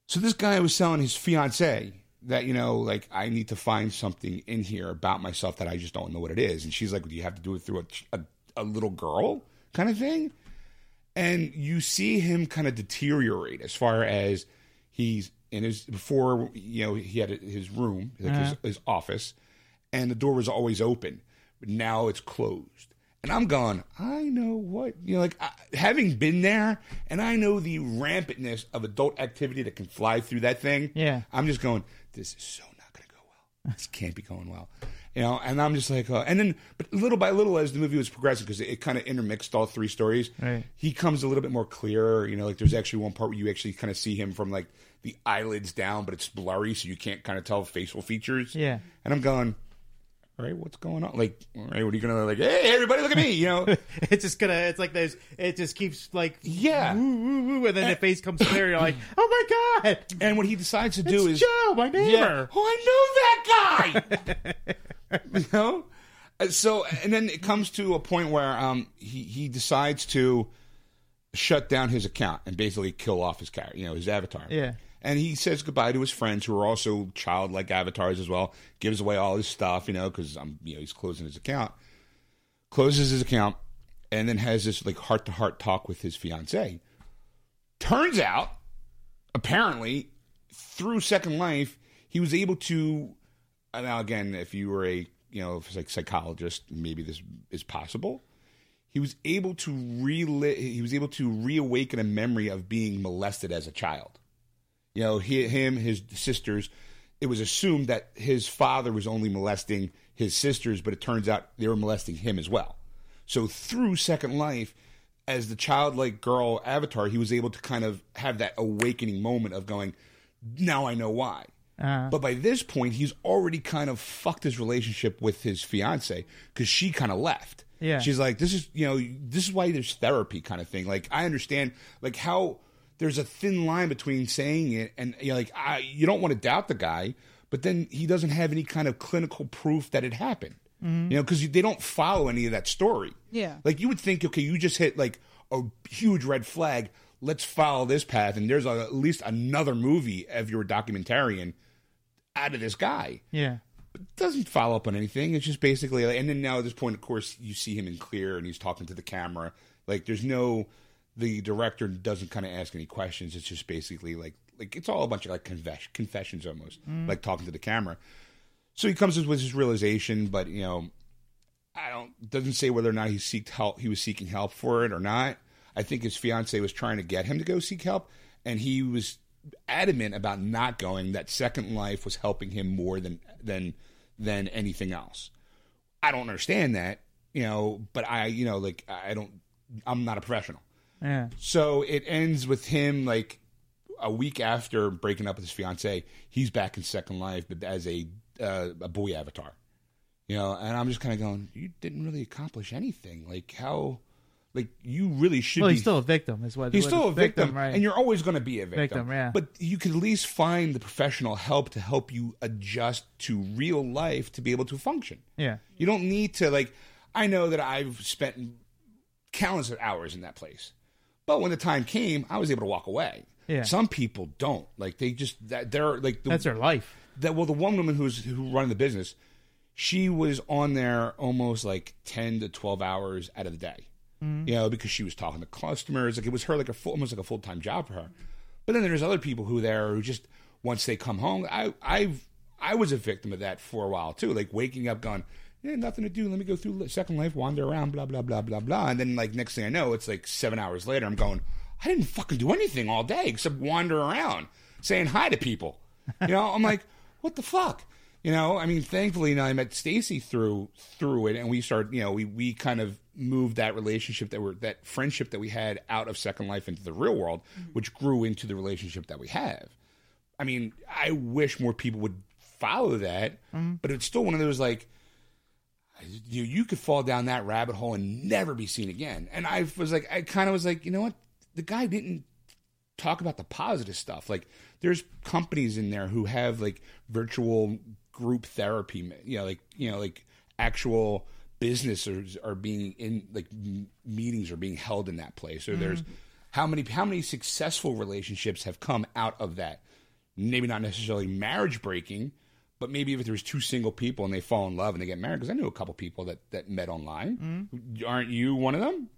A: So this guy was telling his fiance that you know, like I need to find something in here about myself that I just don't know what it is, and she's like, "Do you have to do it through a ch- a, a little girl kind of thing?" And you see him kind of deteriorate as far as he's in his before you know he had his room, like his, his office, and the door was always open, but now it's closed. And I'm going, I know what, you know, like I, having been there and I know the rampantness of adult activity that can fly through that thing.
B: Yeah.
A: I'm just going, this is so not going to go well. This can't be going well. You know, and I'm just like, uh, and then, but little by little as the movie was progressing, because it, it kind of intermixed all three stories,
B: Right.
A: he comes a little bit more clearer. You know, like there's actually one part where you actually kind of see him from like the eyelids down, but it's blurry, so you can't kind of tell facial features.
B: Yeah.
A: And I'm going, all right, what's going on? Like, all right, what are you going to like? Hey, everybody, look at me, you
B: <laughs>
A: know?
B: <laughs> It's just gonna. It's like those. It just keeps like
A: yeah.
B: woo woo woo, and then the face <laughs> comes clear. You're like, oh my god,
A: And what he decides to do is.
B: it's Joe, my
A: Yeah.
B: neighbor.
A: Oh, I know that guy. <laughs> you know, Uh, so and then it comes to a point where um he he decides to shut down his account and basically kill off his character, you know, his avatar.
B: Yeah.
A: And he says goodbye to his friends who are also childlike avatars as well. Gives away all his stuff, you know, because um, you know, he's closing his account. Closes his account, and then has this like heart to heart talk with his fiance Turns out, apparently, through Second Life, he was able to. and Now, again, if you were a you know if it's like psychologist, maybe this is possible. He was able to relive. He was able to reawaken a memory of being molested as a child. You know, he, him, his sisters. It was assumed that his father was only molesting his sisters, but it turns out they were molesting him as well. So through Second Life, as the childlike girl avatar, he was able to kind of have that awakening moment of going, now I know why. But by this point, he's already kind of fucked his relationship with his fiance because she kind of left.
B: Yeah.
A: she's like, this is you know, this is why there's therapy kind of thing. Like I understand, like how there's a thin line between saying it and you know, like I, you don't want to doubt the guy, but then he doesn't have any kind of clinical proof that it happened. You know, because they don't follow any of that story.
D: Yeah.
A: Like you would think, okay, you just hit like a huge red flag. Let's follow this path, and there's a, at least another movie if you're a documentarian out of this guy.
B: Yeah.
A: It doesn't follow up on anything. It's just basically, like, and then now at this point, of course, you see him in clear, and he's talking to the camera. Like there's no, the director doesn't kind of ask any questions. It's just basically like, like it's all a bunch of like confess, confessions almost, like talking to the camera. So he comes with his realization, but you know, I don't doesn't say whether or not he seeked help. He was seeking help for it or not. I think his fiance was trying to get him to go seek help, and he was adamant about not going. That Second Life was helping him more than than than anything else. I don't understand that, you know, but I, you know, like I don't. I'm not a professional.
B: Yeah.
A: So it ends with him like a week after breaking up with his fiance. He's back in Second Life, but as a uh, a boy avatar, you know. And I'm just kind of going, you didn't really accomplish anything. Like how, like you really should.
B: Well,
A: be
B: he's still a victim, is what.
A: He's
B: what
A: still a victim,
B: right?
A: and you're always going to be a victim.
B: Victim, yeah.
A: But you could at least find the professional help to help you adjust to real life to be able to function.
B: yeah.
A: You don't need to like. I know that I've spent countless of hours in that place, but when the time came, I was able to walk away.
B: Yeah.
A: Some people don't like they just that they're like the,
B: That's their life.
A: that well the one woman who's who run the business, she was on there almost like ten to twelve hours out of the day, you know, because she was talking to customers. Like it was her like a full, almost like a full time job for her. But then there's other people who there who just once they come home, I I've I was a victim of that for a while too. Like waking up, going, yeah, nothing to do. Let me go through li- Second Life, wander around, blah blah blah blah blah, and then like next thing I know, it's like seven hours later. I'm going, I didn't fucking do anything all day except wander around, saying hi to people. You know, I'm like, what the fuck? You know, I mean, thankfully, you know, I met Stacy through through it, and we started. You know, we we kind of moved that relationship that were that friendship that we had out of Second Life into the real world, which grew into the relationship that we have. I mean, I wish more people would follow that, but it's still one of those like you you could fall down that rabbit hole and never be seen again. And I was like, I kind of was like, you know what? The guy didn't talk about the positive stuff. Like, there's companies in there who have like virtual group therapy. You know, like you know, like actual businesses are being in like m- meetings are being held in that place. Or there's how many how many successful relationships have come out of that? Maybe not necessarily marriage breaking, but maybe if there's two single people and they fall in love and they get married. Because I knew a couple people that that met online. Aren't you one of them?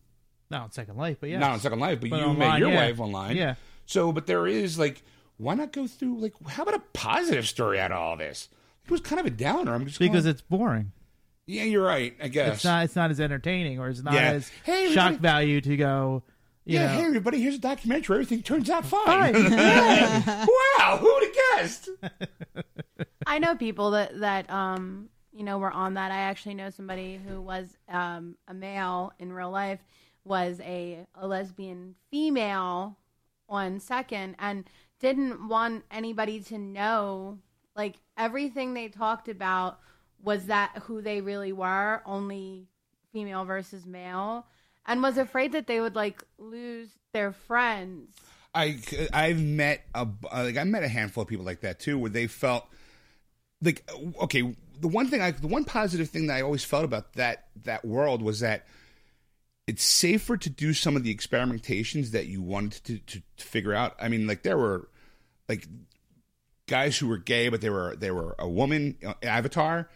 B: Not on Second Life, but yeah.
A: not on Second Life, but,
B: But
A: you met
B: online,
A: your
B: yeah.
A: wife online.
B: Yeah.
A: So, but there is like, why not go through like, how about a positive story out of all this? It was kind of a downer. I'm just
B: because
A: going,
B: it's boring.
A: yeah, you're right. I guess
B: It's not. It's not as entertaining, or it's not
A: Yeah.
B: as
A: Hey, we
B: shock
A: did-
B: value to go. You
A: yeah,
B: know,
A: hey everybody, here's a documentary. Everything turns out fine. <laughs> wow, who would have guessed?
E: I know people that that um you know were on that. I actually know somebody who was um a male in real life was a, a lesbian female on second and didn't want anybody to know like everything they talked about was that who they really were only female versus male and was afraid that they would like lose their friends
A: I I've met a like I met a handful of people like that too, where they felt like okay. The one thing I the one positive thing that I always felt about that that world was that it's safer to do some of the experimentations that you wanted to, to, to figure out. I mean, like there were like guys who were gay, but they were they were a woman uh, avatar,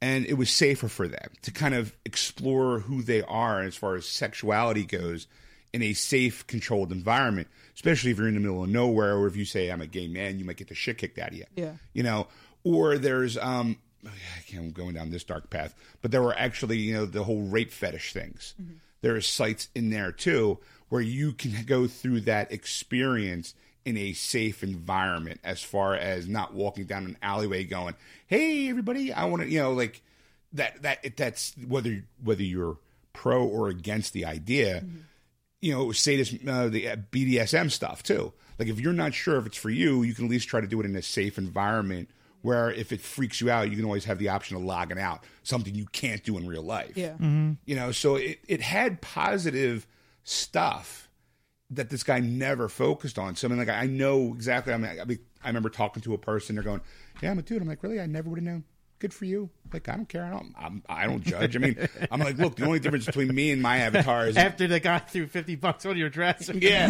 A: and it was safer for them to kind of explore who they are as far as sexuality goes in a safe, controlled environment, especially if you're in the middle of nowhere or if you say, I'm a gay man, you might get the shit kicked out of you.
D: Yeah.
A: You know, or there's, um, I can't, I'm going down this dark path, but there were actually, you know, the whole rape fetish things. There are sites in there too where you can go through that experience in a safe environment as far as not walking down an alleyway going, hey, everybody, I want to, you know, like, that that it, that's whether whether you're pro or against the idea you know say this uh, the uh, bdsm stuff too like if you're not sure if it's for you you can at least try to do it in a safe environment where if it freaks you out you can always have the option of logging out something you can't do in real life
D: Yeah.
A: you know so it, it had positive stuff that this guy never focused on so i mean like i know exactly i mean i, I mean, I remember talking to a person they're going yeah i'm a dude i'm like really i never would have known good for you like i don't care i don't I'm, i don't judge i mean i'm like look the only difference between me and my avatar is
B: <laughs> <laughs> After the guy threw fifty bucks on your
A: <laughs>
B: dresser.
A: yeah,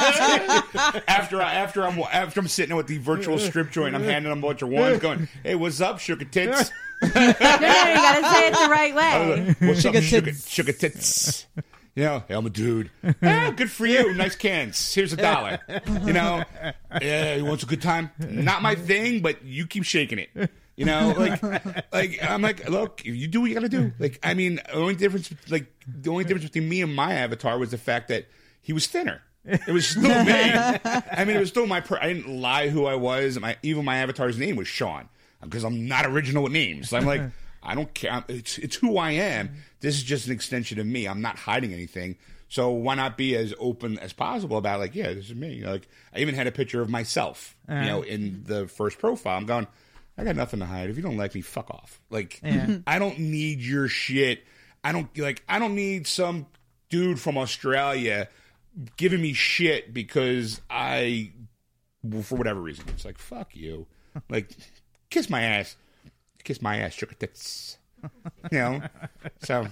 A: yeah. after I, after I'm after I'm sitting at the virtual strip joint, I'm handing them a bunch of ones, going, "Hey, what's up, sugar tits?
E: No, no, no, you gotta say it the right way.
A: <laughs> What's up,
D: Sugar
A: sugar,
D: tits.
A: sugar tits? <laughs> Yeah, hey, I'm a dude. Yeah, good for you. Nice cans. Here's a dollar. You know, yeah, you want a good time? Not my thing, but you keep shaking it. You know, like, like I'm like, look, you do what you gotta do. Like, I mean, the only difference, like, the only difference between me and my avatar was the fact that he was thinner. It was still me. <laughs> I mean, it was still my. Per- I didn't lie who I was. My even my avatar's name was Sean because uh, I'm not original with names. I'm like, I don't care. I'm- It's it's who I am. This is just an extension of me. I'm not hiding anything. So why not be as open as possible about like, yeah, this is me. You know, like I even had a picture of myself, you know, in the first profile. I'm going, I got nothing to hide. If you don't like me, fuck off. Like <laughs> I don't need your shit. I don't like I don't need some dude from Australia giving me shit because I for whatever reason. It's like fuck
B: <laughs>
A: you. Like kiss my ass. Kiss my ass. Sugar tits. You know? So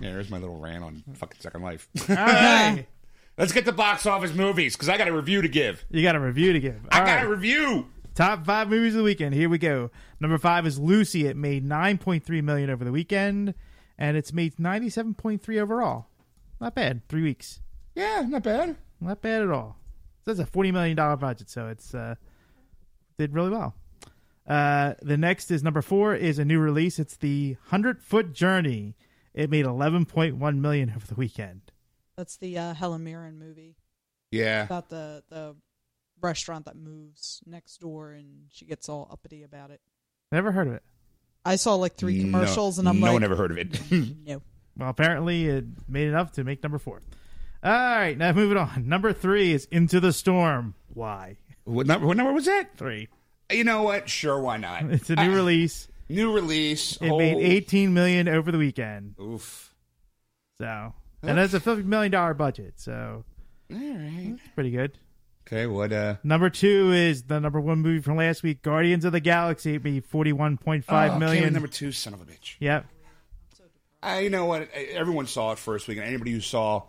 A: yeah, there's my little rant on fucking Second Life.
B: Hey,
A: <laughs> Let's get the box office movies because I got a review to give.
B: you got a review to give.
A: I
B: All
A: got
B: right.
A: a review.
B: Top five movies of the weekend. Here we go. Number five is Lucy. It made nine point three million over the weekend, and it's made ninety seven point three overall. Not bad. Three weeks.
A: Yeah, not bad.
B: Not bad at all. So that's a forty million dollar budget. So it's uh, did really well. Uh, the next is number four is a new release. It's the Hundred Foot Journey. It made eleven point one million over the weekend.
D: That's the uh, Helen Mirren movie
A: Yeah.
D: about the the restaurant that moves next door, and she gets all uppity about it.
B: Never heard of it.
D: I saw like three
A: No-
D: commercials, and I'm
A: no
D: like,
A: one ever heard of it. <laughs>
D: no.
B: Well, apparently it made enough to make number four. All right, now moving on. Number three is Into the Storm. Why
A: what, number, what number was that?
B: three?
A: You know what? Sure, why not?
B: <laughs> It's a new
A: I-
B: release.
A: New release.
B: It
A: Oh,
B: made eighteen million over the weekend.
A: Oof.
B: So and that's a fifty million dollar budget. So
A: All right.
B: pretty good.
A: Okay. What? Uh.
B: Number two is the number one movie from last week, Guardians of the Galaxy. It made forty-one point
A: oh,
B: five
A: came in
B: million.
A: Number two. Son of a bitch.
B: Yep.
A: I, you know what? I- Everyone saw it first weekend. Anybody who saw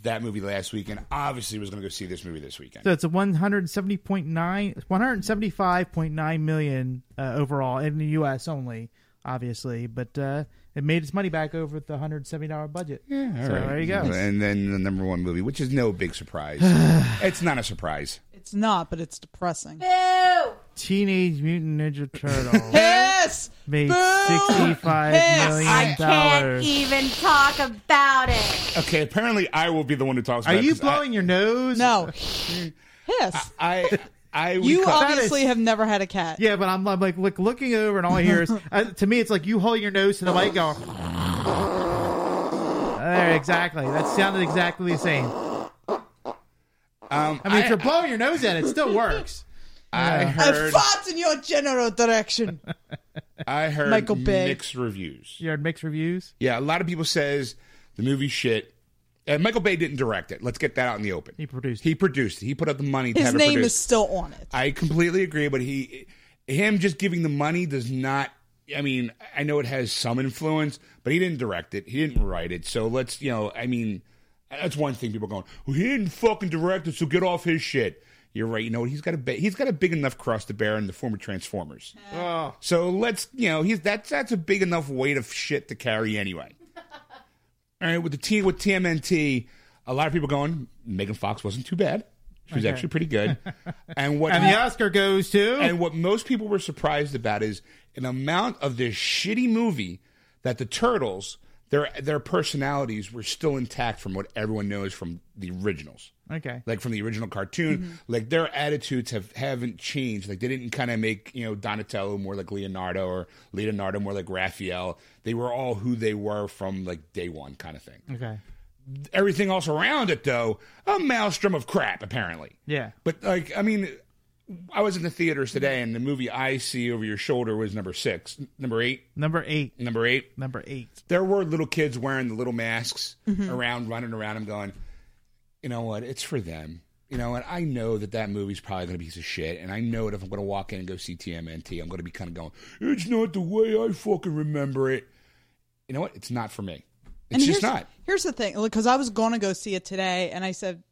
A: that movie last weekend obviously was going to go see this movie this weekend.
B: So it's a one hundred seventy point nine, one hundred seventy-five point nine million uh, overall in the U.S. only, obviously, but uh, it made its money back over the hundred seventy dollar budget.
A: Yeah, all
B: so
A: right.
B: there you go.
A: And then the number one movie, which is no big
B: <sighs>
A: surprise. it's not a surprise.
D: It's not, but it's depressing.
E: Boo!
B: Teenage Mutant Ninja
D: <laughs>
B: Turtle
D: Yes,
B: made
D: Boo!
B: sixty-five
D: Yes!
B: million
E: I can't
B: dollars.
E: even talk about it.
A: Okay, apparently I will be the one who talks.
B: Are
A: about it
B: you
A: 'cause I-
B: blowing your
A: <laughs>
B: nose?
D: no,
A: Ah,
D: hiss.
A: I, I, would
D: You
A: call-
D: obviously have never had a cat.
B: Yeah, but I'm, I'm like look, looking over, and all I hear <laughs> is uh, to me, it's like you hold your nose to the mic, going. There, exactly. That sounded exactly the same.
A: Um,
B: I mean, uh, if you're blowing your nose at it, it still works.
A: I
D: I
A: heard,
D: fought in your
A: <laughs>
D: general direction.
A: I heard
D: Michael Bay.
A: mixed reviews.
B: <laughs> You heard mixed reviews.
A: Yeah, a lot of people says the movie shit. And Michael Bay didn't direct it. Let's get that out in the open.
B: He produced
A: He produced it. He put up the money. to
D: His
A: have it
D: name
A: produced. Ah,
D: is still on it.
A: I completely agree, but he, him just giving the money does not. I mean, I know it has some influence, but he didn't direct it. He didn't write it. So let's, you know, I mean, that's one thing people are going, well, he didn't fucking direct it, so get off his shit. You're right. You know what? He's got a ba- he's got a big enough cross to bear in the form of Transformers.
B: Oh.
A: So let's, you know, he's that's that's a big enough weight of shit to carry anyway. All right, with the T with TMNT, a lot of people going, Megan Fox wasn't too bad. She was actually pretty
B: <laughs>
A: good. And what
B: And the Oscar goes to
A: <laughs> and what most people were surprised about is an amount of this shitty movie that the turtles their their personalities were still intact from what everyone knows from the originals
B: okay.
A: like from the original cartoon like their attitudes have haven't changed like they didn't kind of make you know donatello more like leonardo or leonardo more like raphael they were all who they were from like day one kind of thing
B: Okay.
A: everything else around it though a maelstrom of crap apparently
B: Yeah.
A: but like, I mean, I was in the theaters today, and the movie I see over your shoulder was number six, number eight,
B: Number eight.
A: number eight.
B: Number eight.
A: There were little kids wearing the little masks around, running around. I'm going, you know what? It's for them. You know, and I know that that movie's probably going to be a piece of shit. And I know that if I'm going to walk in and go see TMNT, I'm going to be kind of going, it's not the way I fucking remember it. You know what? It's not for me. It's just
D: here's,
A: not.
D: Here's the thing, because I was going to go see it today, and I said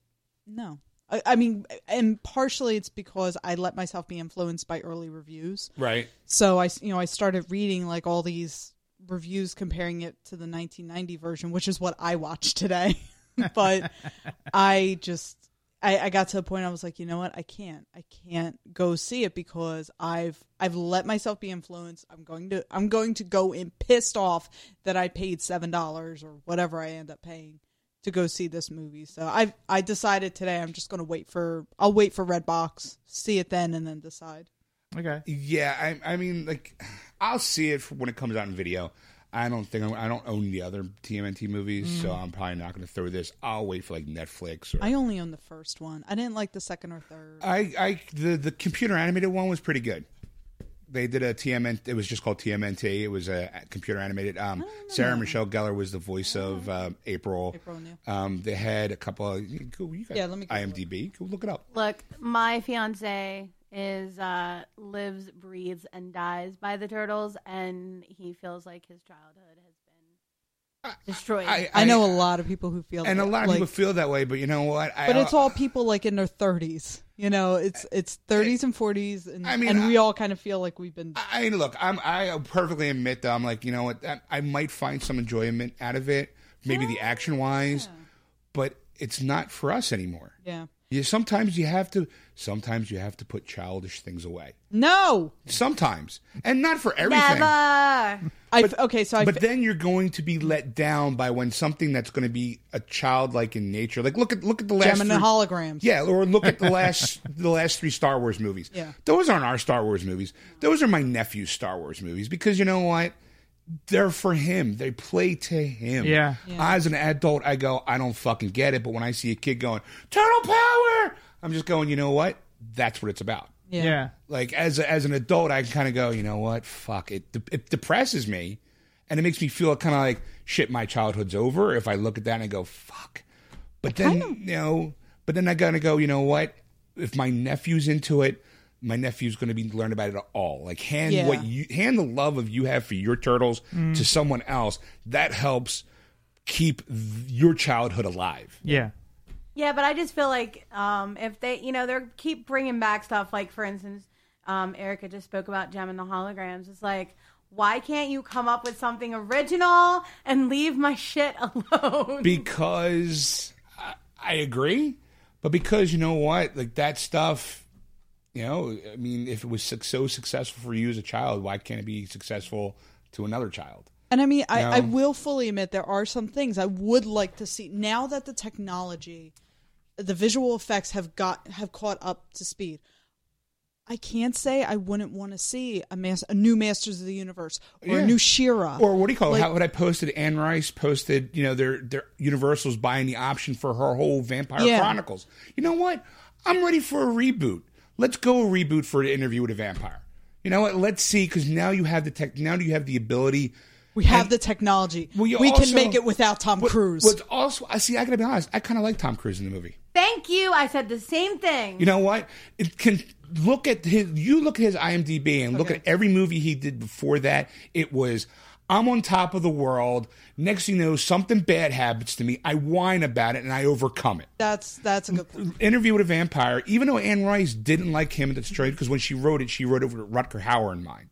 D: no. I, I mean, and partially it's because I let myself be influenced by early reviews.
A: Right.
D: So I, s- you know, I started reading like all these reviews comparing it to the 1990 version, which is what I watched today. <laughs> but I just, I, I got to the point I was like, you know what, I can't, I can't go see it because I've, I've let myself be influenced. I'm going to, I'm going to go in pissed off that I paid seven dollars or whatever I end up paying to go see this movie. So I, I decided today I'm just going to wait for, I'll wait for Redbox, see it then, and then decide.
B: Okay.
A: Yeah, I, I mean, like, I'll see it for when it comes out in video. I don't think I'm, I don't own the other TMNT movies, so I'm probably not going to throw this. I'll wait for like Netflix or
D: Mm. I only own the first one. I didn't like the second or third.
A: I, I the the computer animated one was pretty good. They did a TMN. It was just called TMNT. It was a computer animated.
D: Oh,
A: Um, Sarah Michelle Gellar was the voice of um, April.
D: April O'Neil.
A: Um, they had a couple. Of, you- go, you got
D: Yeah, let me Google it.
A: IMDb. Go look it up.
E: Look, my fiance is uh lives, breathes, and dies by the turtles, and he feels like his childhood has been destroyed.
D: I, know a lot of people who feel
A: and a
D: that,
A: lot of
D: like,
A: people feel that way. But you know what? I,
D: but it's all people like in their thirties. You know, it's it's thirties and forties, and
A: I mean,
D: and we all kind of feel like we've been.
A: I I- look, I'm I perfectly admit that I'm like, you know what, I, I might find some enjoyment out of it, maybe the action wise, but it's not for us anymore.
D: yeah.
A: You sometimes you have to sometimes you have to put childish things away.
D: No.
A: Sometimes. And not for everything.
E: Never.
D: I okay. So I
A: But then you're going to be let down by when something that's going to be a childlike in nature. Like look at look at the last
D: gem and the
A: three-
D: holograms.
A: yeah, or look at the last the last three Star Wars movies.
D: Yeah.
A: Those aren't our Star Wars movies. Those are my nephew's Star Wars movies because you know what? They're for him. They play to him.
B: Yeah.
A: I, as an adult, I go, I don't fucking get it. But when I see a kid going, Turtle Power, I'm just going, you know what? That's what it's about.
B: Yeah.
A: Like as a, as an adult, I kind of go, you know what? Fuck it. de- It depresses me, and it makes me feel kind of like shit. My childhood's over. If I look at that and I go, fuck. But then you know, but then I gotta go. You know what? If my nephew's into it, my nephew's gonna be learn about it all. Like hand
D: Yeah.
A: what you hand the love of you have for your turtles to someone else. That helps keep th- your childhood alive.
B: Yeah.
E: Yeah, but I just feel like um, if they, you know, they're keep bringing back stuff. Like for instance, um, Erica just spoke about Gem and the holograms. It's like, why can't you come up with something original and leave my shit <laughs> alone?
A: because I, I agree, but because you know what, like that stuff, you know, I mean, if it was suc- so successful for you as a child, why can't it be successful to another child?
D: And I mean, I, I
A: No.
D: will fully admit there are some things I would like to see now that the technology, the visual effects have got have caught up to speed. I can't say I wouldn't want to see a mas- a new Masters of the Universe or
A: Yeah.
D: a new Shira
A: Or what do you call it?
D: Uh, Like-
A: How would I posted? Anne Rice posted, you know, their their Universal's buying the option for her whole Vampire
D: Yeah.
A: Chronicles. You know what? I'm ready for a reboot. Let's go reboot for an interview with a vampire. You know what? Let's see, because now you have the tech. Now you have the ability
D: We have the technology.
A: Well,
D: we
A: you
D: can
A: also-
D: make it without Tom
A: What-
D: Cruise.
A: What's also, I see. I gotta be honest. I kind of like Tom Cruise in the movie.
E: Thank you. I said the same thing.
A: You know what? It can look at his. You look at his IMDb and look at every movie he did before that. It was. I'm on top of the world. Next thing you know, something bad happens to me. I whine about it and I overcome it.
D: that's that's a good point.
A: Interview with a Vampire, even though Anne Rice didn't like him in the Detroit, because when she wrote it, she wrote it with Rutger Hauer in mind.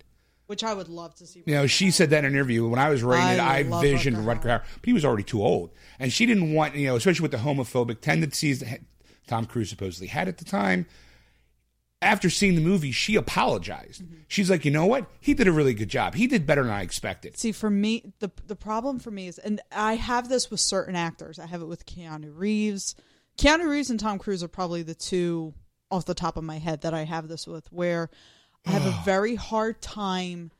D: which I would love to see.
A: You know, she said that in an interview when I was writing it,
D: I
A: I
D: love
A: visioned
D: Rutger
A: Rutger Hauer, but he was already too old, and she didn't want you know, especially with the homophobic tendencies that Tom Cruise supposedly had at the time. After seeing the movie, she apologized.
D: Mm-hmm.
A: She's like, you know what? He did a really good job. He did better than I expected.
D: See, for me, the the problem for me is, and I have this with certain actors. I have it with Keanu Reeves. Keanu Reeves and Tom Cruise are probably the two off the top of my head that I have this with, where I have a very hard time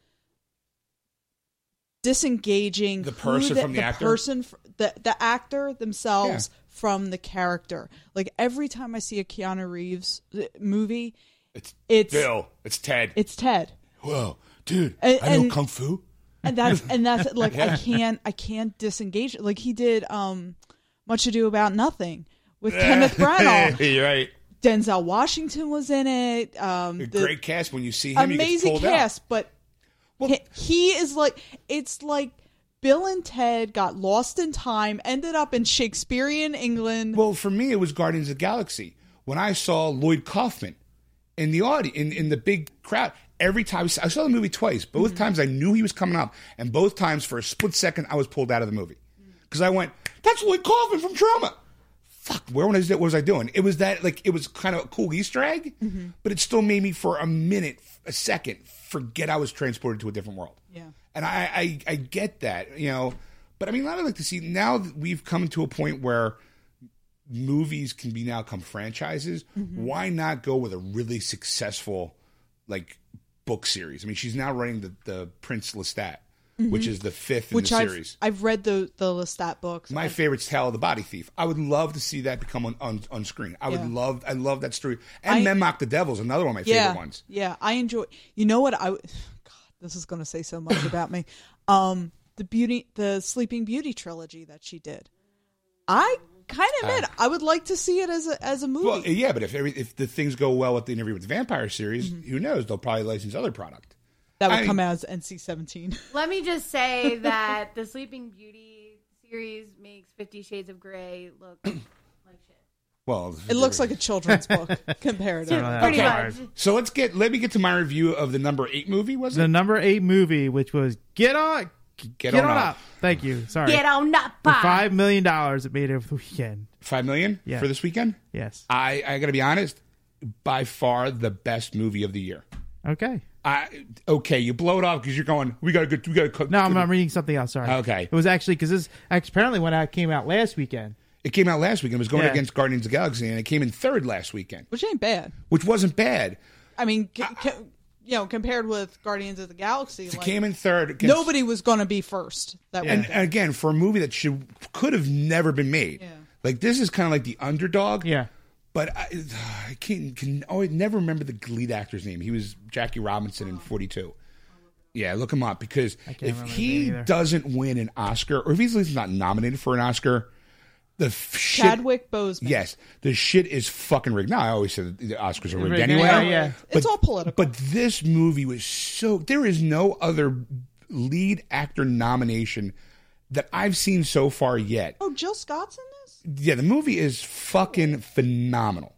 D: disengaging
A: The
D: who
A: person from the actor?
D: person fr- the the actor themselves from the character. Like every time I see a Keanu Reeves uh, movie,
A: It's
D: it's
A: Bill. It's Ted.
D: it's Ted.
A: Whoa, dude!
D: And-
A: I know
D: and-
A: kung fu. <laughs>
D: and that's and that's like I can't I can't disengage it. Like he did um Much Ado About Nothing with Kenneth
A: <laughs>
D: Branagh.
A: You're right.
D: Denzel Washington was in it. Um the
A: Great cast. When you see him,
D: amazing
A: you get pulled out.
D: cast, but he- he is like it's like Bill and Ted got lost in time, ended up in Shakespearean England.
A: Well, for me, it was Guardians of the Galaxy. When I saw Lloyd Kaufman in the audience, in, in the big crowd, every time I saw the movie twice, both times I knew he was coming up, and both times for a split second I was pulled out of the movie because I went, "That's Lloyd Kaufman from Trauma." Fuck, where was what was I doing? It was that like it was kind of a cool Easter egg, but it still made me for a minute, a second, forget I was transported to a different world.
D: Yeah.
A: And I, I, I get that, you know. But I mean, I would like to see now that we've come to a point where movies can be now come franchises.
D: Mm-hmm.
A: Why not go with a really successful like book series? I mean, she's now running the, the Prince Lestat, which is the fifth in
D: Mm-hmm. which
A: the
D: I've,
A: series.
D: I've read the the Lestat books.
A: My favorite's Tale of the Body Thief. I would love to see that become on on, on screen. I
D: Yeah.
A: would love I love that story. And
D: I-
A: Memmock the Devil's another one of my
D: yeah,
A: favorite ones.
D: Yeah, I enjoy. You know what? I <sighs> w- God, this is going to say so much
A: <laughs>
D: about me. Um, the beauty, the Sleeping Beauty trilogy that she did. I kind of admit I would like to see it as a as a movie.
A: Ah. Well, yeah, but if every, if the things go well with the Interview with the Vampire series,
B: Mm-hmm.
A: who knows? They'll probably license other product.
D: that would
A: I-
D: come out as NC
A: <laughs>
D: seventeen.
E: Let me just say that the Sleeping Beauty series makes Fifty Shades of Grey look like shit.
A: Well,
D: It looks like
A: <laughs>
D: a children's book comparatively.
E: Pretty
A: Okay.
E: much.
A: So let's get let me get to my review of the number eight movie. Was it?
B: The number eight movie, which was Get On, Get,
A: On
B: on,
A: Up.
B: up. Thank you. Sorry.
E: Get on up.
B: For five million dollars, it made it over the weekend.
A: Five million
B: Yeah.
A: for this weekend.
B: Yes.
A: I I gotta be honest, by far the best movie of the year.
B: Okay.
A: I okay, you blow it off because you're going. We gotta go. We gotta cook.
B: No, I'm, I'm reading something else. Sorry.
A: Okay.
B: It was actually because this apparently when I came out last weekend.
A: It came out last weekend. It was going
B: Yeah.
A: against Guardians of the Galaxy, and it came in third last weekend,
D: which ain't bad.
A: which wasn't bad.
D: I mean, c- c- you know, compared with Guardians of the Galaxy,
A: It
D: like,
A: came in third. Against,
D: nobody was going to be first. That
A: And,
D: weekend.
A: and again, for a movie that should could have never been made.
D: Yeah.
A: Like this is kind of like the underdog.
B: Yeah.
A: But I, I can can oh, I never remember the lead actor's name. He was Jackie Robinson in Forty Two. Yeah, look him up because if
B: remember his
A: he
B: name either.
A: doesn't win an Oscar, or if he's at least not nominated for an Oscar, the f- shit.
D: Chadwick Boseman.
A: Yes, the shit is fucking rigged. Now I always said the Oscars are rigged
B: Rigged,
A: anyway.
B: yeah, yeah.
D: It's all political.
A: But this movie was so. There is no other lead actor nomination that I've seen so far yet
D: Oh, Jill Scott's in this.
A: yeah, the movie is fucking phenomenal.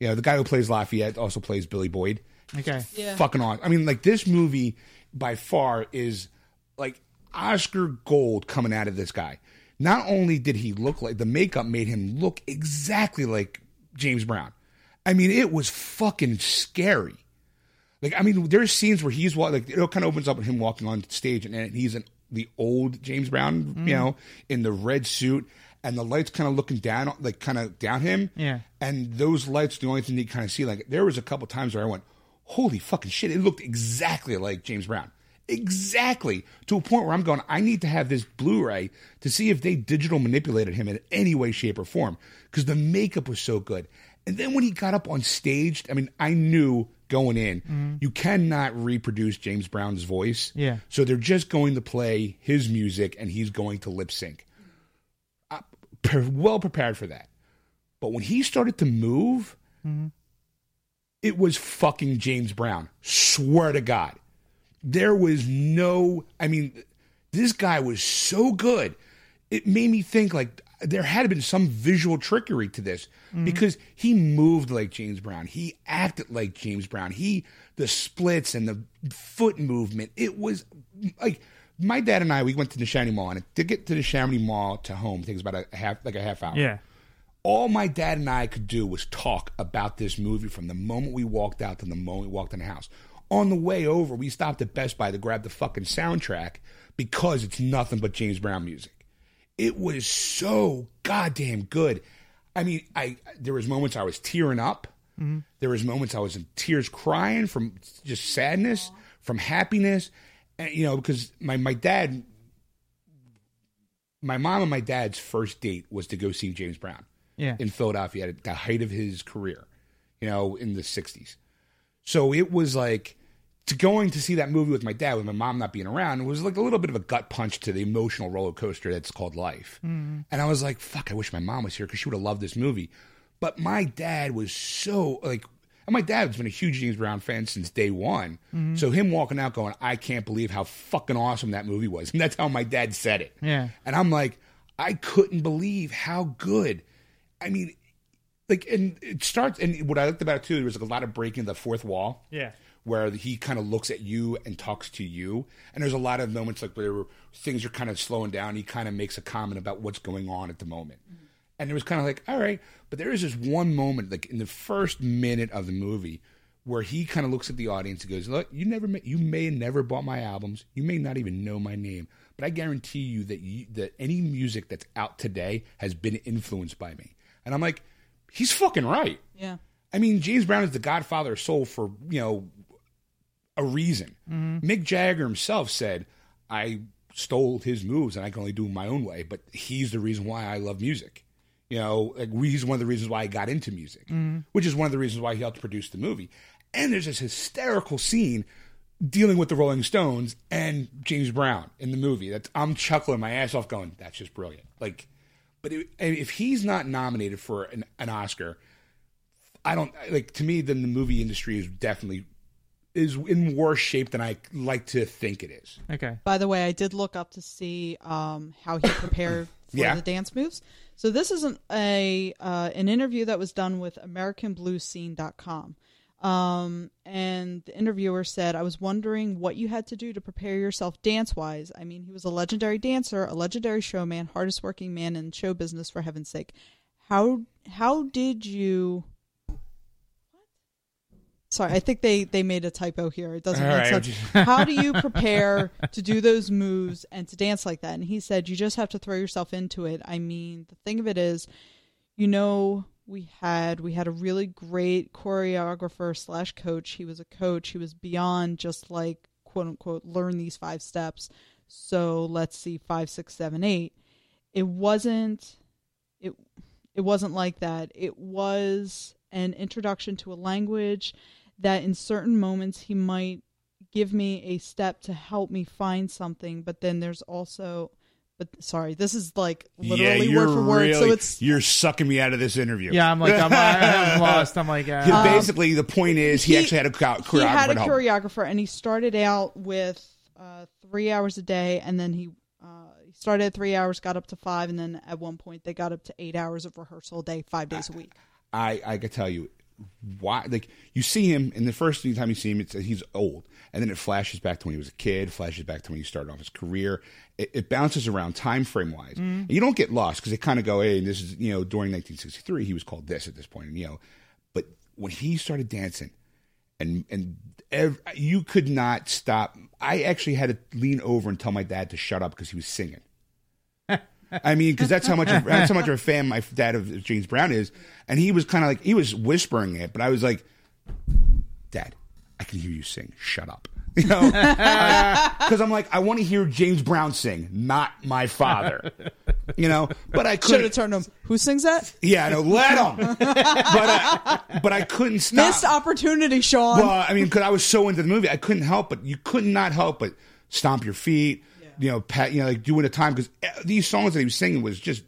A: You know, the guy who plays Lafayette also plays Billy Boyd.
B: Okay.
D: Yeah.
A: Fucking awesome. I mean, like this movie by far is like Oscar gold coming out of this guy. Not only did he look like the makeup made him look exactly like James Brown. I mean, it was fucking scary. Like, I mean, there's scenes where he's wa- like it kind of opens up with him walking on stage, and, and he's an, the old James Brown, you know, in the red suit, and the lights kind of looking down, like kind of down him.
B: Yeah.
A: And those lights, the only thing you kind of see, like there was a couple times where I went, "Holy fucking shit!" It looked exactly like James Brown, exactly to a point where I'm going, "I need to have this Blu-ray to see if they digital manipulated him in any way, shape, or form," because the makeup was so good. And then when he got up on stage, I mean, I knew going in, you cannot reproduce James Brown's voice.
B: Yeah.
A: So they're just going to play his music and he's going to lip sync. I- pre- Well prepared for that. But when he started to move, it was fucking James Brown. Swear to God. There was no, I mean, this guy was so good. It made me think like there had been some visual trickery to this because he moved like James Brown. He acted like James Brown. He the splits and the foot movement. It was like my dad and I we went to the Shawnee Mall and to get to the Shawnee Mall to home takes about a half like a half hour
B: Yeah.
A: all my dad and I could do was talk about this movie from the moment we walked out to the moment we walked in the house. On the way over, we stopped at Best Buy to grab the fucking soundtrack because it's nothing but James Brown music. It was so goddamn good. I mean, I there was moments I was tearing up. There was moments I was in tears crying from just sadness, from happiness, and you know, because my my dad my mom and my dad's first date was to go see James Brown
B: Yeah.
A: in Philadelphia at the height of his career, you know, in the 60s. So it was like to going to see that movie with my dad, with my mom not being around, was like a little bit of a gut punch to the emotional roller coaster that's called life.
B: Mm-hmm.
A: And I was like, fuck, I wish my mom was here because she would have loved this movie. But my dad was so like, and my dad's been a huge James Brown fan since day one.
B: Mm-hmm.
A: So him walking out going, I can't believe how fucking awesome that movie was. <laughs> And that's how my dad said it.
B: Yeah.
A: And I'm like, I couldn't believe how good. I mean, like, and it starts, and what I liked about it too, there was like a lot of breaking the fourth wall
B: Yeah.
A: where he kind of looks at you and talks to you. And there's a lot of moments like where things are kind of slowing down. He kind of makes a comment about what's going on at the moment. And it was kind of like, all right. But there is this one moment, like in the first minute of the movie, where he kind of looks at the audience and goes, look, you never, ma- you may have never bought my albums. You may not even know my name. But I guarantee you that, you, that any music that's out today has been influenced by me. And I'm like, he's fucking right.
D: Yeah.
A: I mean, James Brown is the godfather of soul for, you know, a reason. Mick Jagger himself said, I stole his moves and I can only do them my own way, but he's the reason why I love music. You know, like we- he's one of the reasons why I got into music, which is one of the reasons why he helped produce the movie. And there's this hysterical scene dealing with the Rolling Stones and James Brown in the movie. That's I'm chuckling my ass off, going, "That's just brilliant!" Like, but it, and if he's not nominated for an, an Oscar, I don't like. To me, then the movie industry is definitely is in worse shape than I like to think it is.
B: Okay.
D: By the way, I did look up to see um, how he prepared for
A: Yeah.
D: the dance moves. So this isn't a uh, an interview that was done with AmericanBluesScene.com. Um, and the interviewer said, "I was wondering what you had to do to prepare yourself dance wise. I mean, he was a legendary dancer, a legendary showman, hardest working man in show business. For heaven's sake, how how did you?" Sorry, I think they they made a typo here. It doesn't
A: All
D: make
A: right.
D: sense. How do you prepare <laughs> to do those moves and to dance like that? And he said, you just have to throw yourself into it. I mean, the thing of it is, you know, we had we had a really great choreographer slash coach. He was a coach. He was beyond just like quote unquote learn these five steps. So let's see five, six, seven, eight. It wasn't it it wasn't like that. It was an introduction to a language that in certain moments he might give me a step to help me find something, but then there's also but sorry, this is like literally word for word. so it's
A: you're sucking me out of this interview.
B: Yeah, I'm like
F: <laughs>
B: I'm, I'm lost. I'm like uh,
A: Yeah, basically, the point is he,
D: Um, he-
A: actually had a co-
D: he
A: choreographer.
D: had a
A: to help.
D: choreographer and he started out with uh, three hours a day and then he uh, he started at three hours got up to five and then at one point they got up to eight hours of rehearsal a day five days a week
A: I I could tell you why. Like you see him, and the first time you see him, it's he's old, and then it flashes back to when he was a kid, flashes back to when he started off his career. It, it bounces around time frame wise. And You don't get lost because they kind of go, hey, this is you know during 1963 he was called this at this point, and you know, but when he started dancing, and and ev- you could not stop. I actually had to lean over and tell my dad to shut up because he was singing. I mean, because that's how much of, that's how much of a fan my dad of James Brown is, and he was kind of like he was whispering it, but I was like, Dad, I can hear you sing. Shut up, <laughs> you know, because I'm like I want to hear James Brown sing, not my father, you know. But I
D: should have
A: couldn't.
D: turned him who sings that
A: Yeah, I know. Let him. but I, but I couldn't stop.
D: missed opportunity Sean
A: Well, I mean, because I was so into the movie, I couldn't help but you could not help but stomp your feet, you know, pat, you know, like doing a time because these songs that he was singing was just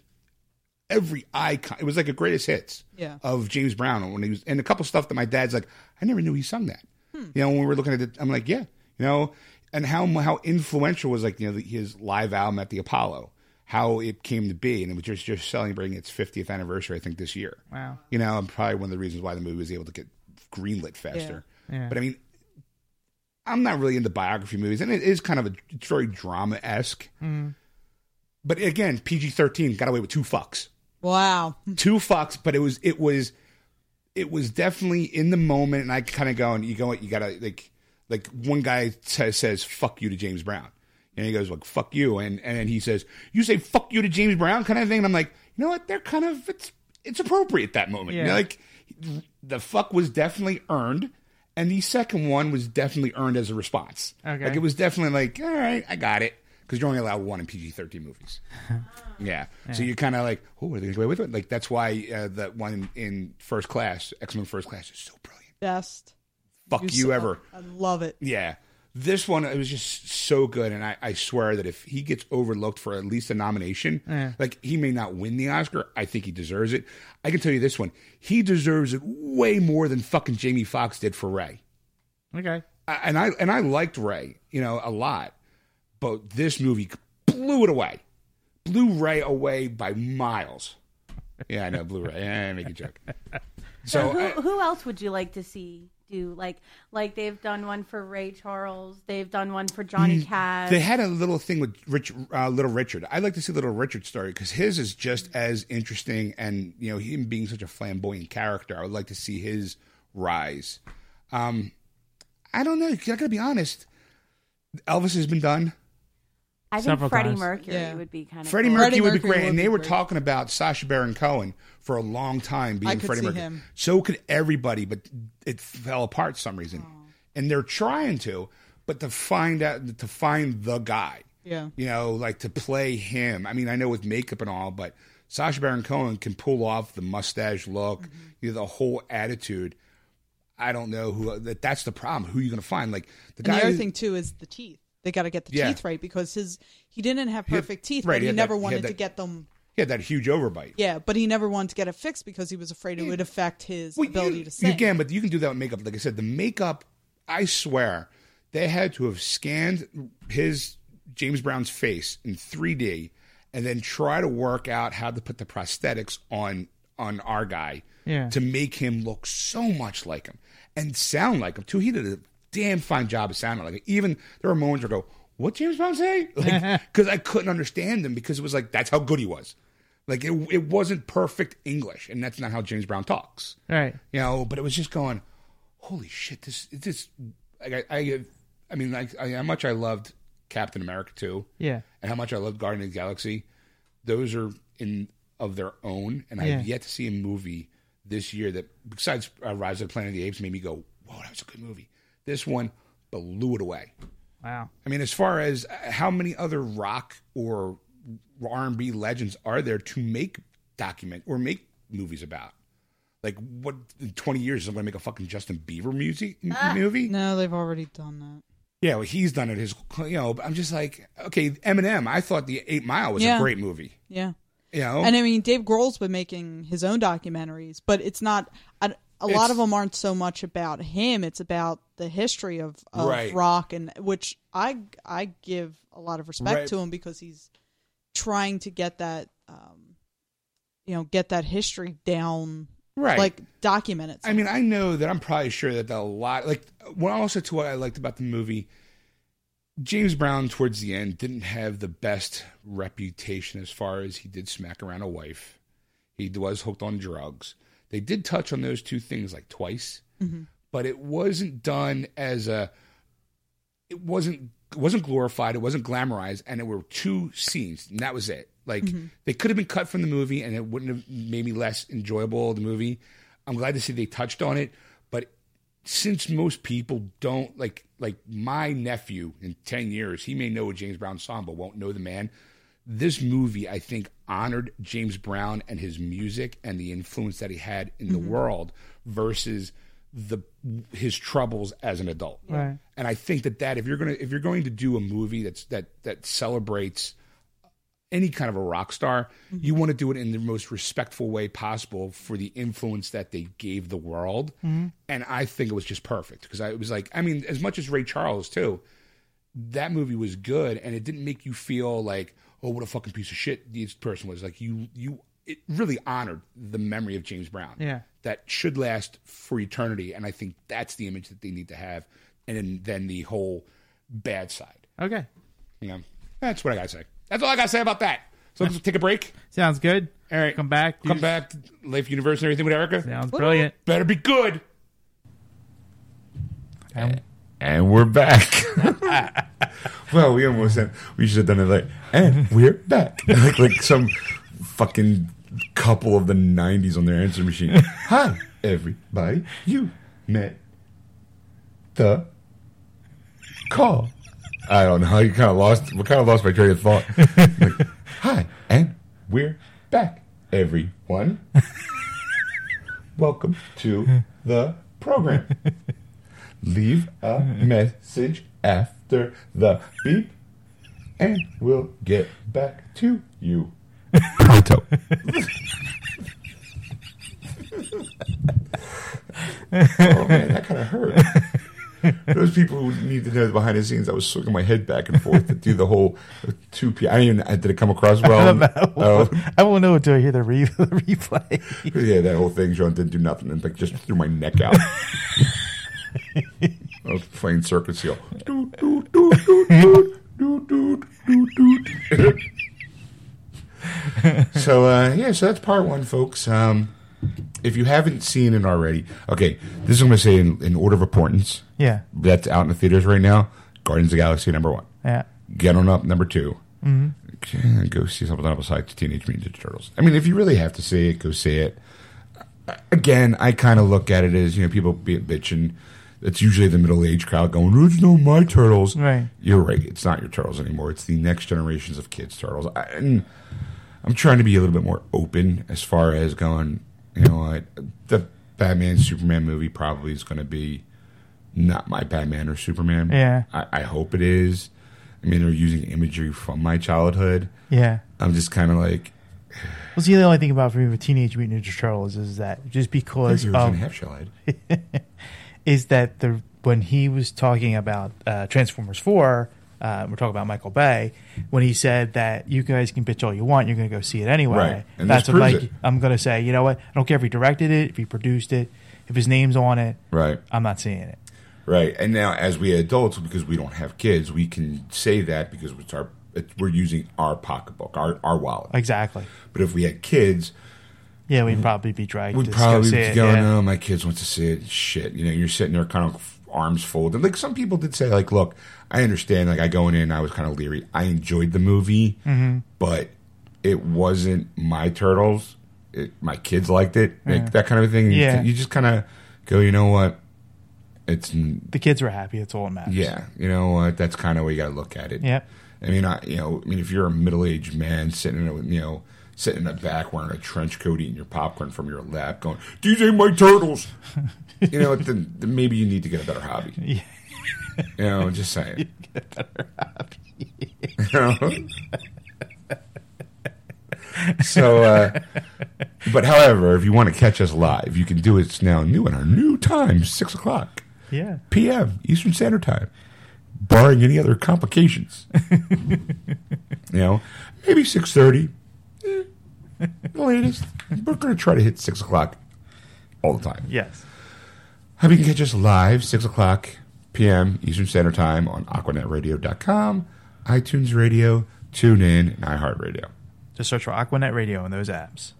A: every icon. It was like a greatest hits
D: Yeah.
A: of James Brown when he was, and a couple stuff that my dad's like, I never knew he sung that. You know, when we were looking at it, I'm like, yeah, you know, and how how influential was like you know his live album at the Apollo. how it came to be, and it was just just celebrating its 50th anniversary, I think, this year.
B: Wow.
A: You know, and probably one of the reasons why the movie was able to get greenlit faster.
B: Yeah.
A: But I mean, I'm not really into biography movies, and it is kind of a it's very drama esque.
B: Mm-hmm.
A: But again, PG-13 got away with two fucks
D: Wow.
A: two fucks, but it was it was it was definitely in the moment, and I kind of go and you go, what, you gotta like like one guy says says fuck you to James Brown, and he goes like fuck you, and and then he says you say fuck you to James Brown kind of thing, and I'm like you know what they're kind of it's it's appropriate that moment, You know,
B: Yeah.
A: like the fuck was definitely earned. And the second one was definitely earned as a response.
B: Okay.
A: Like it was definitely like, all right, I got it, because you're only allowed one in PG-13 <laughs> movies. Yeah. So you're kind of like, oh, are they going to go away with it? Like, that's why uh, that one in first class, X Men First Class, is so brilliant.
D: Best.
A: Fuck you,
D: suck.
A: ever.
D: I love it.
A: Yeah. This one, it was just so good. And I, I swear that if he gets overlooked for at least a nomination, like, he may not win the Oscar. I think he deserves it. I can tell you this one, he deserves it way more than fucking Jamie Foxx did for Ray.
B: Okay.
A: I- and I and I liked Ray, you know, a lot, but this movie blew it away, blew Ray away by miles. Yeah, I know, blew Ray. Eh, I make a joke. So,
E: So who,
A: I-
E: who else would you like to see do like like they've done one for Ray Charles, they've done one for Johnny Cash.
A: Mm, they had a little thing with Rich, uh, Little Richard. I like to see Little Richard's story because his is just as interesting, and you know, him being such a flamboyant character, I would like to see his rise. Um, I don't know. I gotta be honest. Elvis has been done.
E: I think
B: Several
E: Freddie
B: times.
E: Mercury
D: Yeah.
E: would be kind of
A: Freddie
E: cool.
A: Mercury
D: Freddie
A: would be
D: Mercury
A: great,
D: would
A: and they
D: be
A: were
D: great.
A: talking about Sasha Baron Cohen for a long time being
D: could
A: Freddie
D: see
A: Mercury.
D: him.
A: So could everybody, but it fell apart for some reason.
D: Oh.
A: And they're trying to, but to find out to find the guy,
D: Yeah.
A: you know, like to play him. I mean, I know with makeup and all, but Sasha Baron Cohen can pull off the mustache look,
D: Mm-hmm.
A: you know, the whole attitude. I don't know who that. That's the problem. Who are you going to find? Like the
D: And
A: guy.
D: the other thing too is the teeth. They got to get the
A: Yeah.
D: teeth right because his he didn't have
A: had-
D: perfect teeth,
A: right, he
D: but he,
A: had that-
D: never
A: he had
D: wanted to
A: that-
D: get them.
A: yeah, that huge overbite.
D: Yeah, but he never wanted to get it fixed because he was afraid it would affect his
A: Well,
D: ability
A: you,
D: to sing.
A: You can, but you can do that with makeup. Like I said, the makeup, I swear, they had to have scanned his James Brown's face in 3D and then try to work out how to put the prosthetics on on our guy
B: Yeah.
A: to make him look so much like him and sound like him too. He did a damn fine job of sounding like him. Even there were moments where I go, what James Brown say? <laughs>
D: <laughs>
A: Because I couldn't understand him because it was like that's how good he was. Like it, it wasn't perfect English, and that's not how James Brown talks
B: All right.
A: you know. But it was just going, holy shit! This this I I, I, I mean, like I, how much I loved Captain America too,
B: Yeah.
A: and how much I loved Guardians of the Galaxy. Those are in of their own, and I have
B: Yeah.
A: yet to see a movie this year that besides uh, Rise of the Planet of the Apes made me go, "Whoa, that was a good movie." This one blew it away.
B: Wow.
A: I mean, as far as uh, how many other rock or R and B legends are there to make document or make movies about? Like, what in twenty years I'm going to make a fucking Justin Bieber music m- movie?
D: Ah. No, they've already done that.
A: Yeah, well, he's done it. His, you know, but I'm just like, okay, Eminem. I thought the Eight Mile was
D: Yeah.
A: a great movie.
D: Yeah,
A: You know,
D: and I mean Dave Grohl's been making his own documentaries, but it's not. I, a
A: It's-
D: lot of them aren't so much about him; it's about the history of, of
A: Right.
D: rock, and which I I give a lot of respect
A: Right.
D: to him because he's trying to get that, um, you know, get that history down,
A: right?
D: like document it.
A: I mean, I know that I'm probably sure that a lot, like, well, also to what I liked about the movie, James Brown towards the end didn't have the best reputation as far as he did smack around a wife. He was hooked on drugs. They did touch on those two things like twice, but it wasn't done as a, it wasn't it wasn't glorified, it wasn't glamorized, and there were two scenes, and that was it. Like they could have been cut from the movie, and it wouldn't have made me less enjoyable of the movie. I'm glad to see they touched on it, but since most people don't like like my nephew in ten years, he may know a James Brown song but won't know the man. This movie, I think, honored James Brown and his music and the influence that he had in the world versus the his troubles as an adult
B: Right.
A: and I think that that if you're gonna if you're going to do a movie that's that that celebrates any kind of a rock star, you want to do it in the most respectful way possible for the influence that they gave the world. And I think it was just perfect because I it was like I mean as much as Ray Charles too, that movie was good and it didn't make you feel like oh, what a fucking piece of shit this person was. Like you, you, it really honored the memory of James Brown.
B: Yeah.
A: that should last for eternity, and I think that's the image that they need to have, and then, then the whole bad side.
B: Okay.
A: You know, that's what I gotta say. That's all I gotta say about that. So let's take a break.
B: Sounds good.
A: All right,
B: Come back.
A: come
B: dude.
A: back. to Life Universe and everything with Erica.
F: <laughs>
B: Sounds brilliant.
A: Better be good.
G: And we're back. <laughs> well, we almost said we should have done it like, and we're back. <laughs> like, like some fucking couple of the 90s on their answer machine. <laughs> Hi, everybody. You met the call. I don't know. You kind of lost. We kind of lost my train of <laughs> thought. Like, Hi, and we're back, everyone. Welcome to the program. Leave a message after the beep, and we'll get back to you. <laughs> Pronto. oh man, that kind of hurt. For Those people who need to know the behind the scenes, I was swinging my head back and forth to do the whole two p. I didn't even did it come across well. Oh,
F: I won't know until I hear the, re- <laughs> the replay.
G: yeah, that whole thing, John didn't do nothing and like just threw my neck <laughs> out. I was playing circus seal. <laughs> Doot, doot, doot, doot, doot, doot, doot, doot, doot. <laughs> so uh, yeah, so that's part one, folks. Um, if you haven't seen it already, okay, this is what I'm gonna say in, in order of importance.
F: yeah,
G: That's out in the theaters right now. Guardians of the Galaxy number one.
F: yeah.
G: Get on up number 2 Okay, go see something else besides Teenage Mutant Ninja Turtles. I mean, if you really have to see it, go see it. Uh, Again, I kind of look at it as you know people be bitching. It's usually the middle aged crowd going, "It's not my turtles."
F: Right.
G: You're right. It's not your turtles anymore. It's the next generations of kids' turtles. I, and I'm trying to be a little bit more open as far as going. You know what? The Batman Superman movie probably is going to be not my Batman or Superman.
F: Yeah.
G: I, I hope it is. I mean, they're using imagery from my childhood.
F: Yeah.
G: I'm just kind of like,
F: Well, see, the only thing about for me with Teenage Mutant Ninja Turtles is that just because
G: you're
B: oh."
F: of,
G: um, half shell head.
F: is that the when he was talking about uh, Transformers Four, uh, we're talking about Michael Bay when he said that you guys can bitch all you want, you're going to go see it anyway.
G: Right. And
F: That's
G: this
F: what,
G: proves
F: like
G: it.
F: I'm going to say. You know what? I don't care if he directed it, if he produced it, if his name's on it.
G: Right.
F: I'm not seeing it.
G: Right. And now, as we adults, because we don't have kids, we can say that because it's our, it, we're using our pocketbook, our, our wallet.
F: Exactly.
G: but if we had kids,
F: Yeah, we'd probably be dragged.
G: Mm-hmm. we'd
F: to go
G: probably
F: see
G: be
F: it.
G: going,
F: yeah.
G: oh, my kids want to see it. Shit. You know, you're sitting there kind of arms folded. Like some people did say, like, look, I understand. Like, I going in, I was kind of leery. I enjoyed the movie,
F: Mm-hmm.
G: but it wasn't my turtles. It, my kids liked it, like that kind of thing. You
F: Yeah.
G: just- You, just kind of go, you know what? It's n-
F: The kids were happy. That's all that matters.
G: yeah, you know what? That's kind of way you got to look at it.
F: Yep.
G: I mean, I you know, I mean, if you're a middle aged man sitting in a, you know sitting in the back wearing a trench coat eating your popcorn from your lap, going, "These ain't my turtles," you know, then, then maybe you need to get a better hobby. <laughs> Yeah. You know, I'm just saying. get a better hobby. <laughs> so, uh, but however, if you want to catch us live, you can do it. It's now new in our new time, six o'clock
F: Yeah.
G: p.m. Eastern Standard Time, barring any other complications. you know, maybe six thirty, Eh, the latest. We're going to try to hit six o'clock all the time.
F: Yes.
G: Hope you can catch us live six o'clock p.m. Eastern Standard Time on AquanetRadio.com, iTunes Radio, TuneIn, and iHeartRadio.
F: Just search for Aquanet Radio in those apps.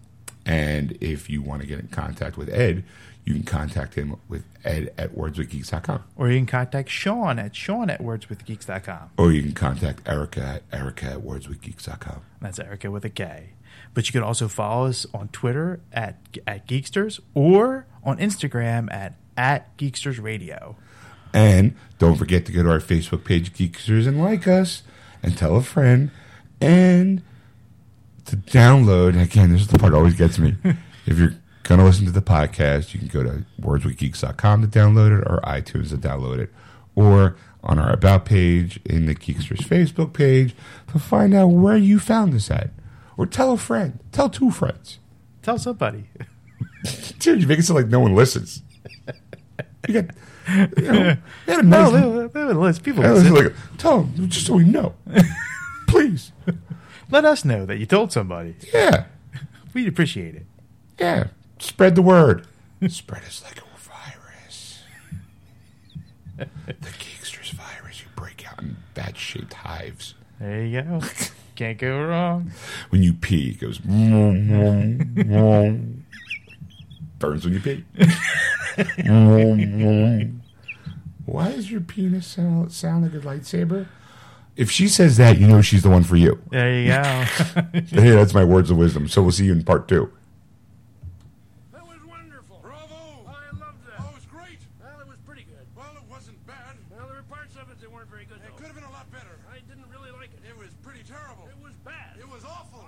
G: And if you want to get in contact with Ed, you can contact him with ed at wordswithgeeks.com.
F: Or you can contact Sean at Sean at wordswithgeeks.com.
G: Or you can contact Erica at Erica at wordswithgeeks.com.
F: That's Erica with a K. But you can also follow us on Twitter at, at Geeksters or on Instagram at, at Geeksters Radio.
G: And don't forget to go to our Facebook page, Geeksters, and like us, and tell a friend, and to download. Again, this is the part that always gets me. if you're going to listen to the podcast, you can go to wordswithgeeks.com to download it, or iTunes to download it, or on our About page in the Geeksters Facebook page to find out where you found this at. Or tell a friend, tell two friends. <laughs>
F: Tell somebody. <laughs>
G: Dude, you make it sound like no one listens. You got, you know, you had a
F: No,
G: nice <laughs>
F: they- they would list- people
G: I was
F: listen.
G: like, tell him just so we know, please.
F: let us know that you told somebody.
G: Yeah.
F: We'd appreciate it.
G: Yeah. Spread the word. Spread us like a virus. the Geekster's virus. You break out in bat shaped hives.
F: There you go. Can't go wrong.
G: When you pee, it goes. "Mm, mm, mm." Burns when you pee. Mm, mm. Why does your penis sound, sound like a lightsaber? If she says that, you know she's the one for you.
F: There you go.
G: Hey, that's my words of wisdom. So we'll see you in part two.
H: That was wonderful. Bravo! I loved that. Oh, it was great. Well, it was pretty good. Well, it wasn't bad. Well, there were parts of it that weren't very good. It could have been a lot better. I didn't really like it. It was pretty terrible. It was bad. It was awful.